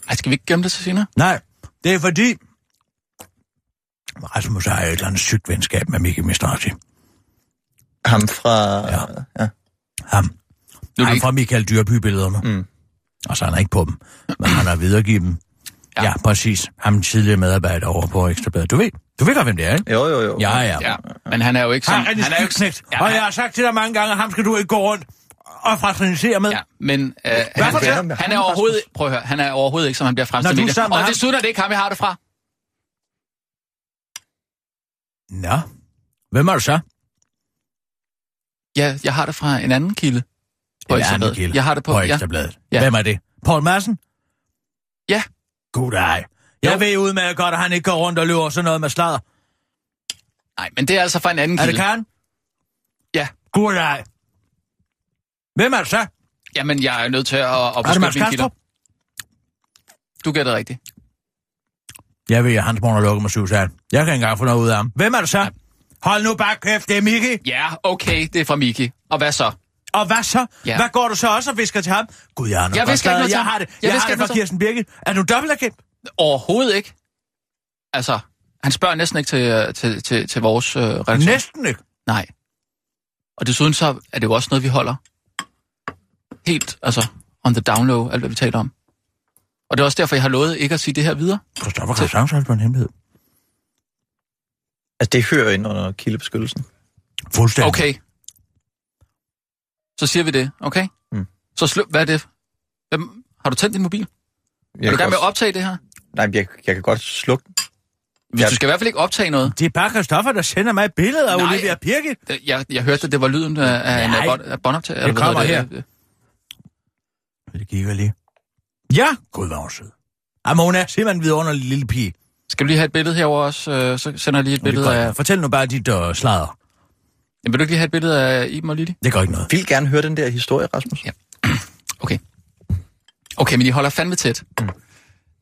[SPEAKER 4] Ej, skal vi ikke gemme det til senere?
[SPEAKER 5] Nej, det er fordi... Rasmus har jo et eller andet sygt venskab med Mikke Mistrati.
[SPEAKER 7] Ham fra...
[SPEAKER 5] Ja.
[SPEAKER 7] ja.
[SPEAKER 5] Ham.
[SPEAKER 4] Nu er
[SPEAKER 5] Nu
[SPEAKER 4] det
[SPEAKER 5] han
[SPEAKER 4] ikke...
[SPEAKER 5] fra Michael Dyrby-billederne.
[SPEAKER 7] Mm.
[SPEAKER 5] Og så er han ikke på dem, men han har videregivet dem. Ja.
[SPEAKER 4] Ja.
[SPEAKER 5] ja, præcis. Ham tidligere medarbejder over på Ekstrabladet. Du ved, du ved godt, hvem det er, ikke?
[SPEAKER 7] Jo, jo, jo.
[SPEAKER 5] Ja, ja.
[SPEAKER 4] Ja, men han er jo ikke
[SPEAKER 5] Han
[SPEAKER 4] sådan...
[SPEAKER 5] er rigtig
[SPEAKER 4] er jo ikke
[SPEAKER 5] skygknægt.
[SPEAKER 4] Ja,
[SPEAKER 5] og
[SPEAKER 4] han-
[SPEAKER 5] jeg har sagt til dig mange gange, at ham skal du ikke gå rundt og fraternisere med.
[SPEAKER 4] Ja, men øh, han,
[SPEAKER 5] fortæller
[SPEAKER 7] du med
[SPEAKER 4] han, er
[SPEAKER 7] ham,
[SPEAKER 4] overhovedet, prøv at høre, han er overhovedet ikke, som han bliver
[SPEAKER 5] Når
[SPEAKER 4] fremstillet
[SPEAKER 5] du
[SPEAKER 4] i
[SPEAKER 5] er sammen med
[SPEAKER 4] medier. Og
[SPEAKER 5] ham-
[SPEAKER 4] desuden er det ikke ham, jeg har det fra.
[SPEAKER 5] Nå, hvem er du så?
[SPEAKER 4] Ja, jeg har det fra en anden kilde. På
[SPEAKER 5] En
[SPEAKER 4] Ekstra
[SPEAKER 5] anden
[SPEAKER 4] Bladet.
[SPEAKER 5] kilde.
[SPEAKER 4] Jeg har det på,
[SPEAKER 5] på
[SPEAKER 4] ja.
[SPEAKER 5] Ekstrabladet. Ja.
[SPEAKER 4] Ja.
[SPEAKER 5] Hvem er det? Paul Madsen?
[SPEAKER 4] Ja.
[SPEAKER 5] God dag. Jeg
[SPEAKER 4] Jo.
[SPEAKER 5] ved udmærket godt, at han ikke går rundt og løber sådan noget med sladder.
[SPEAKER 4] Nej, men det er altså fra en anden
[SPEAKER 5] Er det
[SPEAKER 4] kilde.
[SPEAKER 5] Karen?
[SPEAKER 4] Ja.
[SPEAKER 5] God dag. Hvem er det så? Er
[SPEAKER 4] Jamen, jeg er jo nødt til at, at
[SPEAKER 5] det
[SPEAKER 4] beskytte
[SPEAKER 5] Mads
[SPEAKER 4] mine kilder.
[SPEAKER 5] Kastrup?
[SPEAKER 4] Du gætter rigtigt.
[SPEAKER 5] Jeg ved, at hans morgen er lukket med syv sal. Jeg kan ikke engang få noget ud af ham. Hvem er det så?
[SPEAKER 4] Ja.
[SPEAKER 5] Hold nu bare kæft, det er Miki.
[SPEAKER 4] Ja, okay, det er fra Miki. Og hvad så?
[SPEAKER 5] Og hvad så?
[SPEAKER 4] Ja.
[SPEAKER 5] Hvad går du så også og visker til ham? Gud, jeg har noget
[SPEAKER 4] Jeg visker
[SPEAKER 5] fra
[SPEAKER 4] ikke
[SPEAKER 5] sladder.
[SPEAKER 4] noget til
[SPEAKER 5] Jeg
[SPEAKER 4] ham.
[SPEAKER 5] har det.
[SPEAKER 4] Jeg
[SPEAKER 5] Jeg, jeg
[SPEAKER 4] visker
[SPEAKER 5] har det
[SPEAKER 4] ikke
[SPEAKER 5] fra
[SPEAKER 4] noget til-
[SPEAKER 5] Kirsten Birke. Er du dobbeltagent?
[SPEAKER 4] Overhovedet ikke. Altså, han spørger næsten ikke til, øh, til, til, til vores øh, redaktion.
[SPEAKER 5] Næsten ikke.
[SPEAKER 4] Nej. Og desuden så er det jo også noget, vi holder helt, altså, on the down low, alt hvad vi taler om. Og Og det er også derfor, jeg har lovet ikke at sige det her videre.
[SPEAKER 5] Christoffer Christians holdt på en hemmelighed.
[SPEAKER 7] Altså, det hører ind under kildebeskyttelsen.
[SPEAKER 5] Fuldstændig.
[SPEAKER 4] Okay. Så siger vi det, okay?
[SPEAKER 7] Mm.
[SPEAKER 4] Så slå, hvad er det? Hvem, har du tændt din mobil?
[SPEAKER 7] Jeg
[SPEAKER 4] er
[SPEAKER 7] kan
[SPEAKER 4] du i gang med at
[SPEAKER 7] godt-
[SPEAKER 4] optage det her?
[SPEAKER 7] Nej, men jeg, jeg kan godt slukke den.
[SPEAKER 4] Hvis
[SPEAKER 7] Ja.
[SPEAKER 4] Du skal i hvert fald ikke optage noget.
[SPEAKER 5] Det er bare Christoffer, der sender mig billeder af
[SPEAKER 4] Nej.
[SPEAKER 5] Olivia Pirke.
[SPEAKER 4] Jeg, jeg hørte, at det var lyden af, af en
[SPEAKER 5] Nej.
[SPEAKER 4] bånd- af båndoptager. eller hvad
[SPEAKER 5] kommer
[SPEAKER 4] hedder
[SPEAKER 5] her. Det gik jeg lige. Ja, gud, hvor er hun sød. Ej, men hun er simpelthen en vidunderlig lille pige.
[SPEAKER 4] Skal vi lige have et billede herover også? Øh, Så sender jeg lige et billede af...
[SPEAKER 5] Fortæl nu bare dit uh, slader.
[SPEAKER 4] Jamen, Vil du ikke lige have et billede af Iben og Lili?
[SPEAKER 5] Det gør ikke noget.
[SPEAKER 7] Vil gerne høre den der historie, Rasmus.
[SPEAKER 4] Okay. Okay, men I holder fandme tæt. Mm.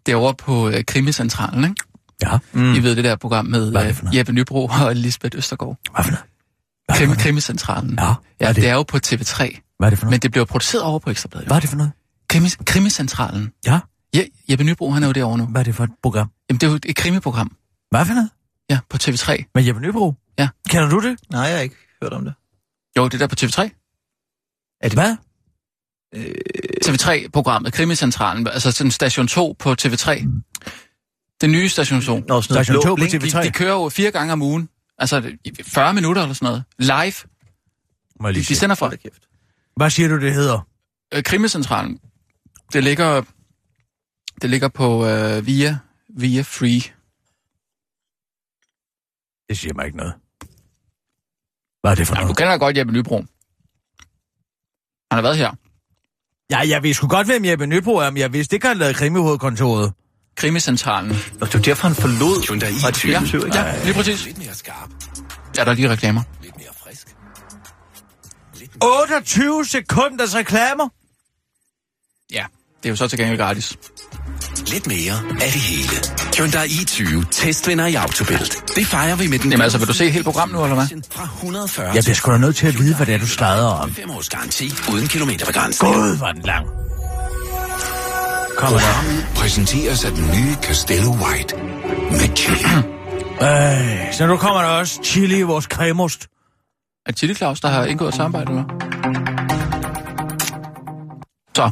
[SPEAKER 4] Det er over på øh, Krimicentralen, ikke?
[SPEAKER 5] Ja,
[SPEAKER 4] Mm. I ved det der program med
[SPEAKER 5] Hvad er det for
[SPEAKER 4] øh,
[SPEAKER 5] noget?
[SPEAKER 4] Jeppe Nybro og Lisbeth Østergaard.
[SPEAKER 5] hvad for noget? Hvad er det
[SPEAKER 4] Krim,
[SPEAKER 5] for noget?
[SPEAKER 4] Krimicentralen.
[SPEAKER 5] Ja, hvad
[SPEAKER 4] ja
[SPEAKER 5] er
[SPEAKER 4] det?
[SPEAKER 5] det?
[SPEAKER 4] det er jo på TV3,
[SPEAKER 5] Hvad er det for
[SPEAKER 4] men
[SPEAKER 5] noget?
[SPEAKER 4] det bliver produceret over på Ekstrabladet.
[SPEAKER 5] Hvad er det for noget?
[SPEAKER 4] Krimi, krimicentralen.
[SPEAKER 5] Ja,
[SPEAKER 4] Ja, Jeppe Nybro, han er jo derovre nu.
[SPEAKER 5] hvad er det for et program?
[SPEAKER 4] Jamen, det er jo et krimiprogram,
[SPEAKER 5] Hvad for noget?
[SPEAKER 4] ja, på TV3.
[SPEAKER 5] Med Jeppe Nybro?
[SPEAKER 4] Ja.
[SPEAKER 5] Kender du det?
[SPEAKER 7] Nej, jeg har ikke hørt om det.
[SPEAKER 4] Jo, det er der på TV3.
[SPEAKER 5] Er det hvad? Øh.
[SPEAKER 4] TV3-programmet, Krimicentralen, altså sådan station 2 på TV3. Det nye station 2.
[SPEAKER 7] Nå, sådan noget
[SPEAKER 5] Station
[SPEAKER 7] blå
[SPEAKER 5] to på
[SPEAKER 7] blink.
[SPEAKER 5] TV3.
[SPEAKER 4] De, de kører jo fire gange om ugen. Altså det- 40 minutter eller sådan noget. Live.
[SPEAKER 5] Må jeg
[SPEAKER 4] De,
[SPEAKER 5] lige
[SPEAKER 4] de
[SPEAKER 5] se.
[SPEAKER 4] sender fra
[SPEAKER 7] Hold da kæft.
[SPEAKER 5] Hvad siger du, det hedder?
[SPEAKER 4] øh, Krimicentralen. Det ligger, det ligger på øh, via, via Free.
[SPEAKER 5] Det siger mig ikke noget. Hvad er det for
[SPEAKER 4] Jamen, du
[SPEAKER 5] noget?
[SPEAKER 4] kender da godt Jeppe Nybro. Han har været her.
[SPEAKER 5] Ja, jeg ved sgu godt, hvem Jeppe Nybro er, men jeg vidste ikke, at han lavede krimihovedkontoret.
[SPEAKER 4] Krimicentralen.
[SPEAKER 7] Nå, det er jo derfor, han forlod. Hyundai i 20.
[SPEAKER 4] Ja, lige præcis. Ja, der er lige reklamer.
[SPEAKER 5] 28 sekunders reklamer?
[SPEAKER 4] Ja, det er jo så til gengæld gratis.
[SPEAKER 8] Lidt mere af det hele. Hyundai i20 testvinder i Autobild. Det fejrer vi med den...
[SPEAKER 4] Jamen altså, vil du se helt program nu, eller hvad?
[SPEAKER 8] Fra 140
[SPEAKER 5] Jeg bliver sgu da nødt til at vide, hvad det er, du slader om.
[SPEAKER 8] 5 års garanti uden kilometerbegrænsning.
[SPEAKER 5] Gud, var den lang. Kom da.
[SPEAKER 8] Præsenteres af den nye Castello White med chili.
[SPEAKER 5] Øh, så nu kommer der også chili i vores cremost.
[SPEAKER 4] Er det Tilly Claus, der har indgået et samarbejde, eller? hvad? Så,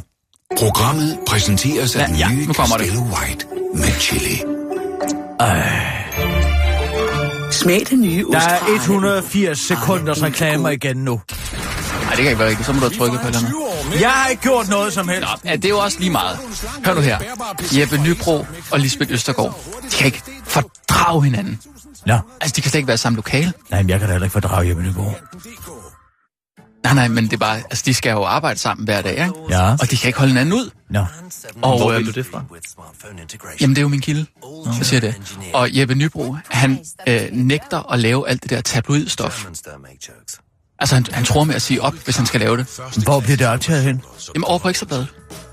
[SPEAKER 8] Programmet præsenteres af den
[SPEAKER 4] Ja, ja,
[SPEAKER 8] nye
[SPEAKER 4] nu kommer det.
[SPEAKER 8] Castello White med chili.
[SPEAKER 1] Smag den nye ost
[SPEAKER 5] Der
[SPEAKER 1] fra
[SPEAKER 5] er
[SPEAKER 1] Arla.
[SPEAKER 5] 180 sekunders reklamer igen nu.
[SPEAKER 4] nej, det kan ikke være rigtigt. Så må du have trykket på et eller andet.
[SPEAKER 5] Jeg har ikke gjort noget som helst.
[SPEAKER 4] Ja, det er jo også lige meget. Hør nu her. Jeppe Nybro og Lisbeth Østergaard, de kan ikke fordrage hinanden.
[SPEAKER 5] Nå,
[SPEAKER 4] Altså, de kan slet ikke være i samme lokale.
[SPEAKER 5] nej, men jeg kan da heller ikke fordrage Jeppe Nybo.
[SPEAKER 4] Nej, nej, men det er bare, altså, de skal jo arbejde sammen hver dag, ikke?
[SPEAKER 5] Ja.
[SPEAKER 4] Og de kan ikke holde hinanden ud.
[SPEAKER 5] Nå,
[SPEAKER 4] Og,
[SPEAKER 7] Hvor
[SPEAKER 4] øhm,
[SPEAKER 7] ved du det fra?
[SPEAKER 4] Jamen, det er jo min kilde, der siger det. Og Jeppe Nybro, han øh, nægter at lave alt det der tabloidstof. Altså, han, han tror med at sige op, hvis han skal lave det.
[SPEAKER 5] hvor bliver det optaget hen?
[SPEAKER 4] Jamen, over på Ekstrabladet.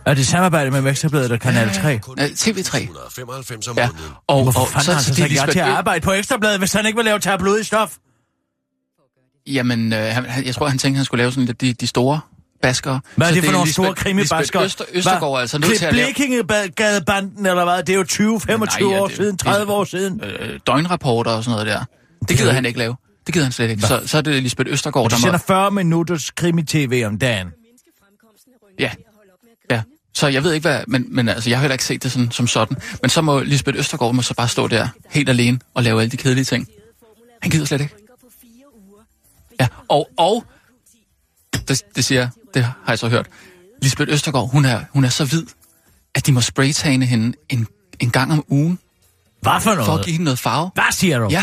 [SPEAKER 5] Er det samarbejde med Væksterbladet og Kanal 3?
[SPEAKER 4] Øh, TV3. Ja,
[SPEAKER 9] Ja.
[SPEAKER 4] og, og
[SPEAKER 5] Hvorfor fanden har han så
[SPEAKER 4] det er
[SPEAKER 5] sagt ja
[SPEAKER 4] Lisbeth-
[SPEAKER 5] til at arbejde på Ekstrabladet, hvis han ikke vil lave tabloid stof?
[SPEAKER 4] Jamen, øh, han, han- jeg tror, han tænkte, han skulle lave sådan lidt de, de store baskere.
[SPEAKER 5] Hvad er
[SPEAKER 4] Så
[SPEAKER 5] det for nogle
[SPEAKER 4] Lisbeth-
[SPEAKER 5] store krimibasker?
[SPEAKER 4] Lisbeth Øster, Østergaard er altså nødt til at lave
[SPEAKER 5] Blikkingegadebanden, eller hvad? Det er jo 20-25
[SPEAKER 4] Nej, ja,
[SPEAKER 5] år
[SPEAKER 4] det-
[SPEAKER 5] siden,
[SPEAKER 4] det-
[SPEAKER 5] 30 år siden.
[SPEAKER 4] øh, døgnrapporter og sådan noget der. Det gider han ikke lave. Det gider han slet ikke. Så, så er det Lisbeth Østergaard,
[SPEAKER 5] De
[SPEAKER 4] der må...
[SPEAKER 5] sender 40 minutters krimi-tv om dagen.
[SPEAKER 4] Ja. ja. Så jeg ved ikke hvad, men, men altså, jeg har heller ikke set det sådan, som sådan. Men så må Lisbeth Østergaard må så bare stå der helt alene og lave alle de kedelige ting. Han gider slet ikke. Ja, og, og det, det siger jeg, det har jeg så hørt. Lisbeth Østergaard, hun er, hun er så vid, at de må spraytane hende en, en gang om ugen,
[SPEAKER 5] Hvad for
[SPEAKER 4] for at
[SPEAKER 5] noget?
[SPEAKER 4] give hende noget farve.
[SPEAKER 5] Hvad siger du?
[SPEAKER 4] Ja,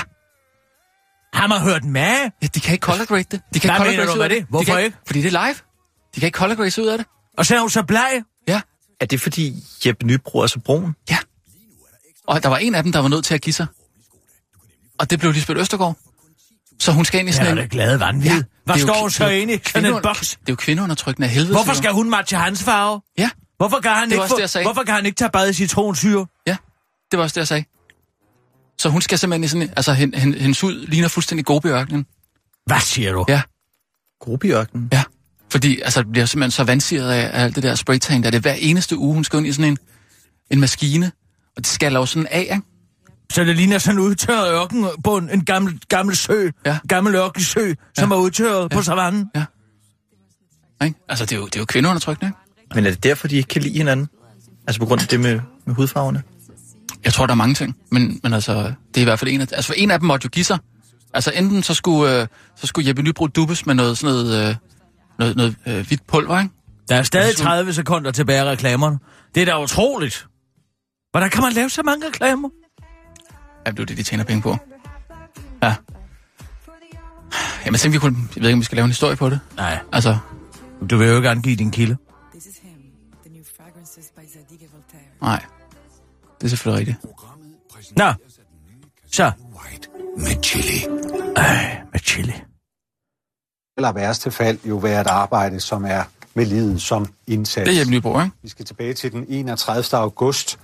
[SPEAKER 5] Har man hørt med?
[SPEAKER 4] ja de kan ikke color grade det. De kan ikke
[SPEAKER 5] Hvad
[SPEAKER 4] color
[SPEAKER 5] mener
[SPEAKER 4] grade
[SPEAKER 5] du
[SPEAKER 4] ud
[SPEAKER 5] med
[SPEAKER 4] af
[SPEAKER 5] det?
[SPEAKER 4] De kan
[SPEAKER 5] Hvorfor ikke?
[SPEAKER 4] Fordi det er live. De kan ikke color grade sig ud af det.
[SPEAKER 5] Og så er hun så bleg.
[SPEAKER 4] Ja,
[SPEAKER 7] Er det fordi Jeppe Nybro er så brun?
[SPEAKER 4] ja. Og der var en af dem, der var nødt til at give sig. Og det blev Lisbeth Østergaard. Så hun skal ind i
[SPEAKER 5] Ja,
[SPEAKER 4] sådan
[SPEAKER 5] det
[SPEAKER 4] en...
[SPEAKER 5] glade vanvid. Ja, Hvad
[SPEAKER 4] det er jo
[SPEAKER 5] står
[SPEAKER 4] kvi-
[SPEAKER 5] hun så
[SPEAKER 4] det er jo
[SPEAKER 5] inde i sådan en
[SPEAKER 4] kvindeund-
[SPEAKER 5] boks?
[SPEAKER 4] Det er jo kvindeundertrykkende af helvede.
[SPEAKER 5] Hvorfor
[SPEAKER 4] siger
[SPEAKER 5] skal hun matche hans farve?
[SPEAKER 4] hun. Ja,
[SPEAKER 5] Hvorfor kan
[SPEAKER 4] Det
[SPEAKER 5] han,
[SPEAKER 4] var
[SPEAKER 5] ikke,
[SPEAKER 4] også det, jeg
[SPEAKER 5] få,
[SPEAKER 4] sagde.
[SPEAKER 5] hvorfor kan han ikke tage bad i citronsyre?
[SPEAKER 4] ja. Det var også det, jeg sagde. Så hun skal simpelthen i sådan en... Altså, hen, hen, hendes hud ligner fuldstændig gobiørkenen.
[SPEAKER 5] Hvad siger du?
[SPEAKER 4] Ja,
[SPEAKER 7] Gruppe i ørkenen.
[SPEAKER 4] ja. Fordi altså, det bliver simpelthen så vansiret af, af alt det der spraytan, der det er hver eneste uge, hun skal ind i sådan en, en maskine. Og det skal lave sådan af, ikke?
[SPEAKER 5] Så det ligner sådan en udtørret ørkenbund, en gammel, gammel sø,
[SPEAKER 4] Ja.
[SPEAKER 5] gammel ørkensø, som er udtørret på savannen.
[SPEAKER 4] Ikke? Altså, det er jo, det er jo kvindeundertrykkende, ikke?
[SPEAKER 7] Men er det derfor, de ikke kan lide hinanden? Altså på grund af det med, med hudfarverne?
[SPEAKER 4] Jeg tror, der er mange ting, men, men altså, det er i hvert fald en af, altså, en af dem måtte jo give sig. Altså enten så skulle, øh, så skulle Jeppe Nybro dubbes med noget sådan noget, øh, noget, noget øh, hvidt pulver, ikke?
[SPEAKER 5] Der er stadig 30 sekunder tilbage af reklamerne. Det er da utroligt. Hvordan kan man lave så mange reklamer?
[SPEAKER 4] Ja, det er jo det, de tjener penge på. Ja. Jamen, jeg tænkte, vi kunne, jeg ved ikke, om vi skal lave en historie på det.
[SPEAKER 5] Nej,
[SPEAKER 4] Altså,
[SPEAKER 5] du vil jo ikke angive din kilde.
[SPEAKER 9] This is him, the new fragrances by Zadig et Voltaire.
[SPEAKER 4] nej. Det er selvfølgelig rigtigt.
[SPEAKER 5] Nå, så
[SPEAKER 8] White med chili.
[SPEAKER 5] med chili.
[SPEAKER 3] Eller værste fald jo være et arbejde, som er med livet som indsats.
[SPEAKER 4] Det er Jeppe Nybro, ikke?
[SPEAKER 3] Vi skal tilbage til den 31. august,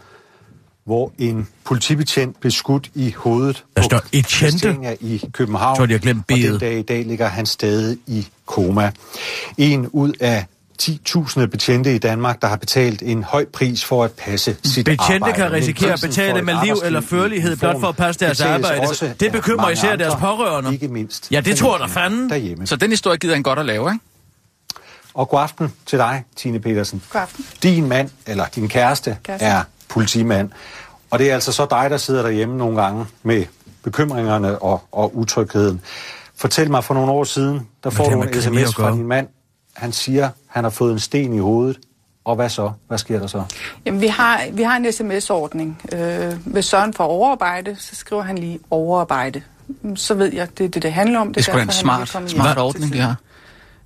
[SPEAKER 3] hvor en politibetjent blev skudt i hovedet
[SPEAKER 5] Der står i tjente.
[SPEAKER 3] Christiania i København.
[SPEAKER 5] Jeg tror, de har glemt
[SPEAKER 3] og den
[SPEAKER 5] B'et.
[SPEAKER 3] dag i dag ligger han stadig i koma. En ud af 10.000 betjente i Danmark, der har betalt en høj pris for at passe sit
[SPEAKER 5] Betjente
[SPEAKER 3] arbejde.
[SPEAKER 5] kan
[SPEAKER 3] Men
[SPEAKER 5] risikere at
[SPEAKER 3] prisen
[SPEAKER 5] betale
[SPEAKER 3] for et
[SPEAKER 5] med liv
[SPEAKER 3] arbejdsliv
[SPEAKER 5] eller
[SPEAKER 3] i
[SPEAKER 5] førlighed blot
[SPEAKER 3] uniform
[SPEAKER 5] for at passe deres
[SPEAKER 3] betales
[SPEAKER 5] arbejde.
[SPEAKER 3] også
[SPEAKER 5] Det
[SPEAKER 3] af
[SPEAKER 5] bekymrer
[SPEAKER 3] mange
[SPEAKER 5] især deres
[SPEAKER 3] andre,
[SPEAKER 5] pårørende.
[SPEAKER 3] Ikke mindst
[SPEAKER 5] Ja, det tror jeg da
[SPEAKER 3] familien
[SPEAKER 5] fanden.
[SPEAKER 3] Derhjemme.
[SPEAKER 4] Så den historie gider han godt at lave, ikke?
[SPEAKER 3] Og god aften til dig, Tine Petersen.
[SPEAKER 10] God aften.
[SPEAKER 3] Din mand, eller din kæreste, kæreste,
[SPEAKER 10] Kæreste.
[SPEAKER 3] er politimand. Og det er altså så dig, der sidder derhjemme nogle gange med bekymringerne og, og utrygheden. Fortæl mig, for nogle år siden, der får
[SPEAKER 5] det
[SPEAKER 3] du
[SPEAKER 5] har med
[SPEAKER 3] en
[SPEAKER 5] krimi at
[SPEAKER 3] sms fra
[SPEAKER 5] gøre.
[SPEAKER 3] din mand. Han siger, han har fået en sten i hovedet. Og hvad så? Hvad sker der så?
[SPEAKER 10] Jamen, vi har, vi har en sms-ordning. Øh, hvis Søren får overarbejde, så skriver han lige overarbejde. Mm, Så ved jeg, det er det, det handler om.
[SPEAKER 4] Det er sgu da en
[SPEAKER 10] derfor, han lige
[SPEAKER 4] smart,
[SPEAKER 10] er kommet hjem
[SPEAKER 4] smart
[SPEAKER 10] til
[SPEAKER 4] ordning, de
[SPEAKER 10] tiden.
[SPEAKER 4] har.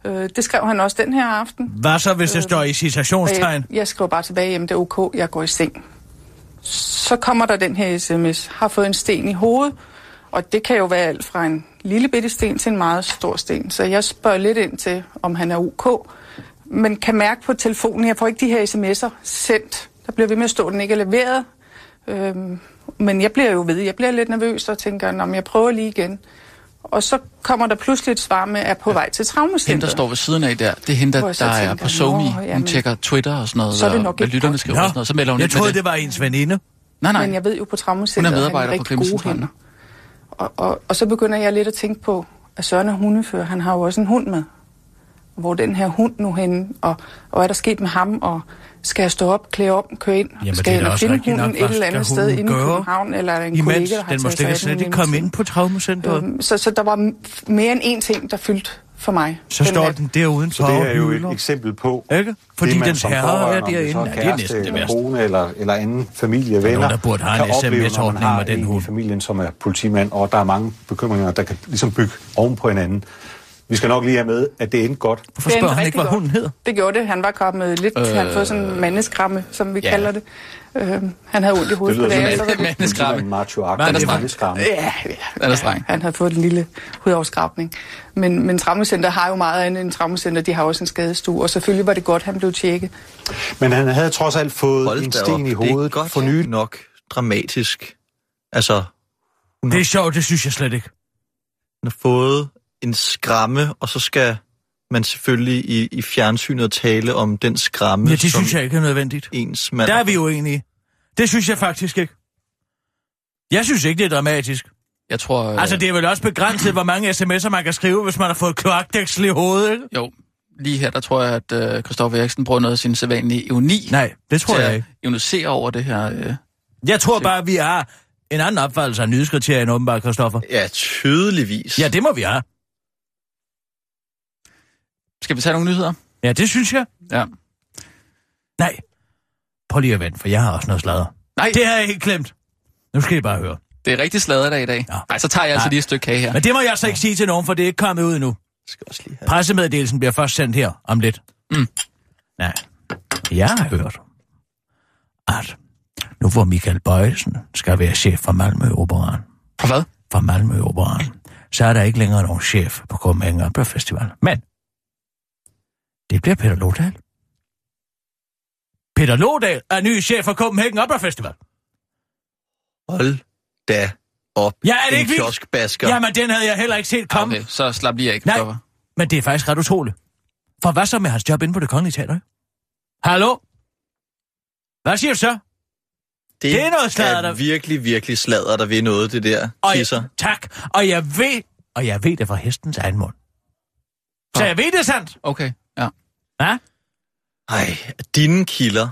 [SPEAKER 10] Øh, det skrev han også den her aften.
[SPEAKER 5] Hvad så, hvis det står i
[SPEAKER 10] Og jeg,
[SPEAKER 5] citationstegn?
[SPEAKER 10] Øh, jeg skriver bare tilbage, jamen det er ok, jeg går i seng. Så kommer der den her sms, har fået en sten i hovedet, og det kan jo være alt fra en lille bitte sten til en meget stor sten. Så jeg spørger lidt ind til, om han er ok, men kan mærke på telefonen, jeg får ikke de her sms'er sendt. Der bliver ved med at stå, at den ikke er leveret. Øhm, men jeg bliver jo ved, jeg bliver lidt nervøs og tænker, om jeg prøver lige igen. Og så kommer der pludselig et svar med, er på vej til
[SPEAKER 4] Hende, der
[SPEAKER 10] traumacenteret.
[SPEAKER 4] står ved siden af der, det er hende,
[SPEAKER 10] Hvor
[SPEAKER 4] der,
[SPEAKER 10] jeg så
[SPEAKER 4] der er
[SPEAKER 10] tænker,
[SPEAKER 4] på Somi.
[SPEAKER 10] nå,
[SPEAKER 4] Hun
[SPEAKER 10] jamen,
[SPEAKER 4] tjekker Twitter og sådan noget,
[SPEAKER 10] så er det
[SPEAKER 4] og
[SPEAKER 10] nok
[SPEAKER 4] hvad
[SPEAKER 10] ikke
[SPEAKER 4] lytterne
[SPEAKER 10] godt.
[SPEAKER 4] skriver og sådan noget. Så melder hun
[SPEAKER 5] jeg
[SPEAKER 4] ikke med
[SPEAKER 5] troede,
[SPEAKER 4] det.
[SPEAKER 5] det var ens veninde.
[SPEAKER 4] Nej, nej.
[SPEAKER 10] Men jeg ved jo på
[SPEAKER 4] Hun er
[SPEAKER 10] traumacenteret, at han
[SPEAKER 4] medarbejder på
[SPEAKER 10] er rigtig
[SPEAKER 4] Clemensens
[SPEAKER 10] gode
[SPEAKER 4] Strand.
[SPEAKER 10] hænder. Og, og, og så begynder jeg lidt at tænke på, at Søren er hundefører. Han har jo også en hund med. Hvor er den her hund nu henne, og, og er der sket med ham, og skal jeg stå op, klæde om, køre ind,
[SPEAKER 5] Jamen,
[SPEAKER 10] skal
[SPEAKER 5] det er da
[SPEAKER 10] jeg
[SPEAKER 5] også
[SPEAKER 10] finde
[SPEAKER 5] rigtigt
[SPEAKER 10] hunden
[SPEAKER 5] nok.
[SPEAKER 10] et
[SPEAKER 5] Hvad
[SPEAKER 10] eller
[SPEAKER 5] skal
[SPEAKER 10] andet sted
[SPEAKER 5] hunden
[SPEAKER 10] inde i
[SPEAKER 5] gøre?
[SPEAKER 10] København, eller er der en
[SPEAKER 5] Imens,
[SPEAKER 10] kollega, der har
[SPEAKER 5] den må
[SPEAKER 10] taget sig af
[SPEAKER 5] slet
[SPEAKER 10] den
[SPEAKER 5] ikke
[SPEAKER 10] inden
[SPEAKER 5] komme
[SPEAKER 10] tid.
[SPEAKER 5] ind på traumacentret.
[SPEAKER 10] Øhm, Så, så der var m- mere end én ting, der fyldte for mig.
[SPEAKER 5] Så står
[SPEAKER 10] nat.
[SPEAKER 5] den der
[SPEAKER 3] Så
[SPEAKER 5] udenfor
[SPEAKER 3] det er jo et
[SPEAKER 5] hylder.
[SPEAKER 3] eksempel på,
[SPEAKER 5] Ikke? Fordi
[SPEAKER 3] det, man
[SPEAKER 5] dens
[SPEAKER 3] som
[SPEAKER 5] herre er
[SPEAKER 3] pårørende, om
[SPEAKER 5] derinde.
[SPEAKER 3] Det, så
[SPEAKER 5] Ja, det er
[SPEAKER 3] kæreste,
[SPEAKER 5] næsten det
[SPEAKER 3] eller
[SPEAKER 5] værste.
[SPEAKER 3] Kone eller, eller anden familie, venner,
[SPEAKER 5] nogen, der burde have en
[SPEAKER 3] kan opleve, når man
[SPEAKER 5] SMS-ordning
[SPEAKER 3] har
[SPEAKER 5] med den
[SPEAKER 3] en i
[SPEAKER 5] hund.
[SPEAKER 3] familien, som er politimand, og der er mange bekymringer, der kan ligesom bygge oven på hinanden. Vi skal nok lige have med, at det endte godt.
[SPEAKER 5] Hvorfor
[SPEAKER 10] Det er
[SPEAKER 5] spørger han
[SPEAKER 10] en rigtig
[SPEAKER 5] ikke, hvad
[SPEAKER 10] godt.
[SPEAKER 5] hunden hedder?
[SPEAKER 10] Det gjorde det. Han var kommet lidt... Øh, han havde fået sådan en mandekramme, som vi
[SPEAKER 4] ja.
[SPEAKER 10] ja. kalder det. Øhm, han havde ondt i hovedet. på
[SPEAKER 4] som
[SPEAKER 10] dagen,
[SPEAKER 4] en-
[SPEAKER 10] så var det-
[SPEAKER 4] Men en skramme.
[SPEAKER 3] En macho akt,
[SPEAKER 4] Nej, det
[SPEAKER 3] en
[SPEAKER 4] er
[SPEAKER 3] mandekramme.
[SPEAKER 10] Ja,
[SPEAKER 4] Den er streng.
[SPEAKER 10] Han havde fået en lille hudafskrabning. Men, men traumacenter har jo meget andet end traumacenter. De har også en skadestue, og selvfølgelig var det godt, han blev tjekket.
[SPEAKER 3] Men han havde trods alt fået
[SPEAKER 7] Hold
[SPEAKER 3] en
[SPEAKER 7] da op,
[SPEAKER 3] sten i hovedet
[SPEAKER 7] det er godt
[SPEAKER 3] for nylig.
[SPEAKER 7] nok dramatisk. Altså,
[SPEAKER 5] Det er sjovt, det synes jeg slet ikke.
[SPEAKER 7] han har fået en skramme, og så skal man selvfølgelig i, i fjernsynet tale om den skramme,
[SPEAKER 5] Ja, det
[SPEAKER 7] som
[SPEAKER 5] synes jeg ikke er nødvendigt.
[SPEAKER 7] ens mand...
[SPEAKER 5] Der er vi jo enige. Det synes jeg faktisk ikke. Jeg synes ikke, det er dramatisk.
[SPEAKER 4] Jeg tror... øh,
[SPEAKER 5] Altså, det er vel også begrænset, hvor mange sms'er man kan skrive, hvis man har fået kloakdæksel i hovedet, ikke?
[SPEAKER 4] Jo, lige her, der tror jeg, at øh, Christoffer Eriksen bruger noget af sin sædvanlige evni
[SPEAKER 5] Nej, det tror
[SPEAKER 4] til
[SPEAKER 5] jeg
[SPEAKER 4] at
[SPEAKER 5] ikke.
[SPEAKER 4] ionisere over det her. Øh.
[SPEAKER 5] Jeg tror bare, vi har en anden opfattelse af nyhedskriterier end åbenbart, Christoffer.
[SPEAKER 7] Ja, tydeligvis.
[SPEAKER 5] Ja, det må vi have.
[SPEAKER 4] Skal vi tage nogle nyheder?
[SPEAKER 5] Ja, det synes jeg.
[SPEAKER 4] Ja.
[SPEAKER 5] Nej. Prøv lige at vente, for jeg har også noget sladder.
[SPEAKER 4] Nej, det,
[SPEAKER 5] Det har jeg ikke glemt. Nu skal I bare høre.
[SPEAKER 4] det er rigtig sladet dag i dag.
[SPEAKER 5] Nå.
[SPEAKER 4] Nej, så tager jeg altså
[SPEAKER 5] Nej.
[SPEAKER 4] lige et stykke kage her.
[SPEAKER 5] Men det må jeg så ikke sige til nogen, for det er ikke kommet ud endnu.
[SPEAKER 7] skal også lige have.
[SPEAKER 5] Pressemeddelelsen bliver først sendt her om lidt.
[SPEAKER 4] Mm.
[SPEAKER 5] Nej. Jeg har hørt, at nu hvor Michael Bøjsen skal være chef for Malmø Operan,
[SPEAKER 4] For hvad?
[SPEAKER 5] for Malmø Operan, så er der ikke længere nogen chef på Copenhagen Opera Festival. Men det bliver Peter Lodal. Peter Lodal er ny chef for Copenhagen Opera Festival.
[SPEAKER 7] Hold da op.
[SPEAKER 5] Ja, er det
[SPEAKER 7] en
[SPEAKER 5] ikke vildt?
[SPEAKER 7] kioskbasker.
[SPEAKER 5] Jamen, den havde jeg heller ikke set komme.
[SPEAKER 4] Okay, så slap lige af,
[SPEAKER 5] Nej.
[SPEAKER 4] Christoffer.
[SPEAKER 5] Men det er faktisk ret utroligt. For hvad så med hans job inde på det kongelige teater? ikke? Hallo? Hvad siger du så?
[SPEAKER 7] det,
[SPEAKER 5] det er noget sladder, der-
[SPEAKER 7] Er virkelig, virkelig sladder, der ved noget, det der tisser.
[SPEAKER 5] jeg, tak. Og jeg ved, og jeg ved det fra hestens egen mund. Så
[SPEAKER 7] Ah.
[SPEAKER 5] jeg ved det er sandt.
[SPEAKER 4] Okay, ja.
[SPEAKER 5] Ja?
[SPEAKER 7] Ej, dine kilder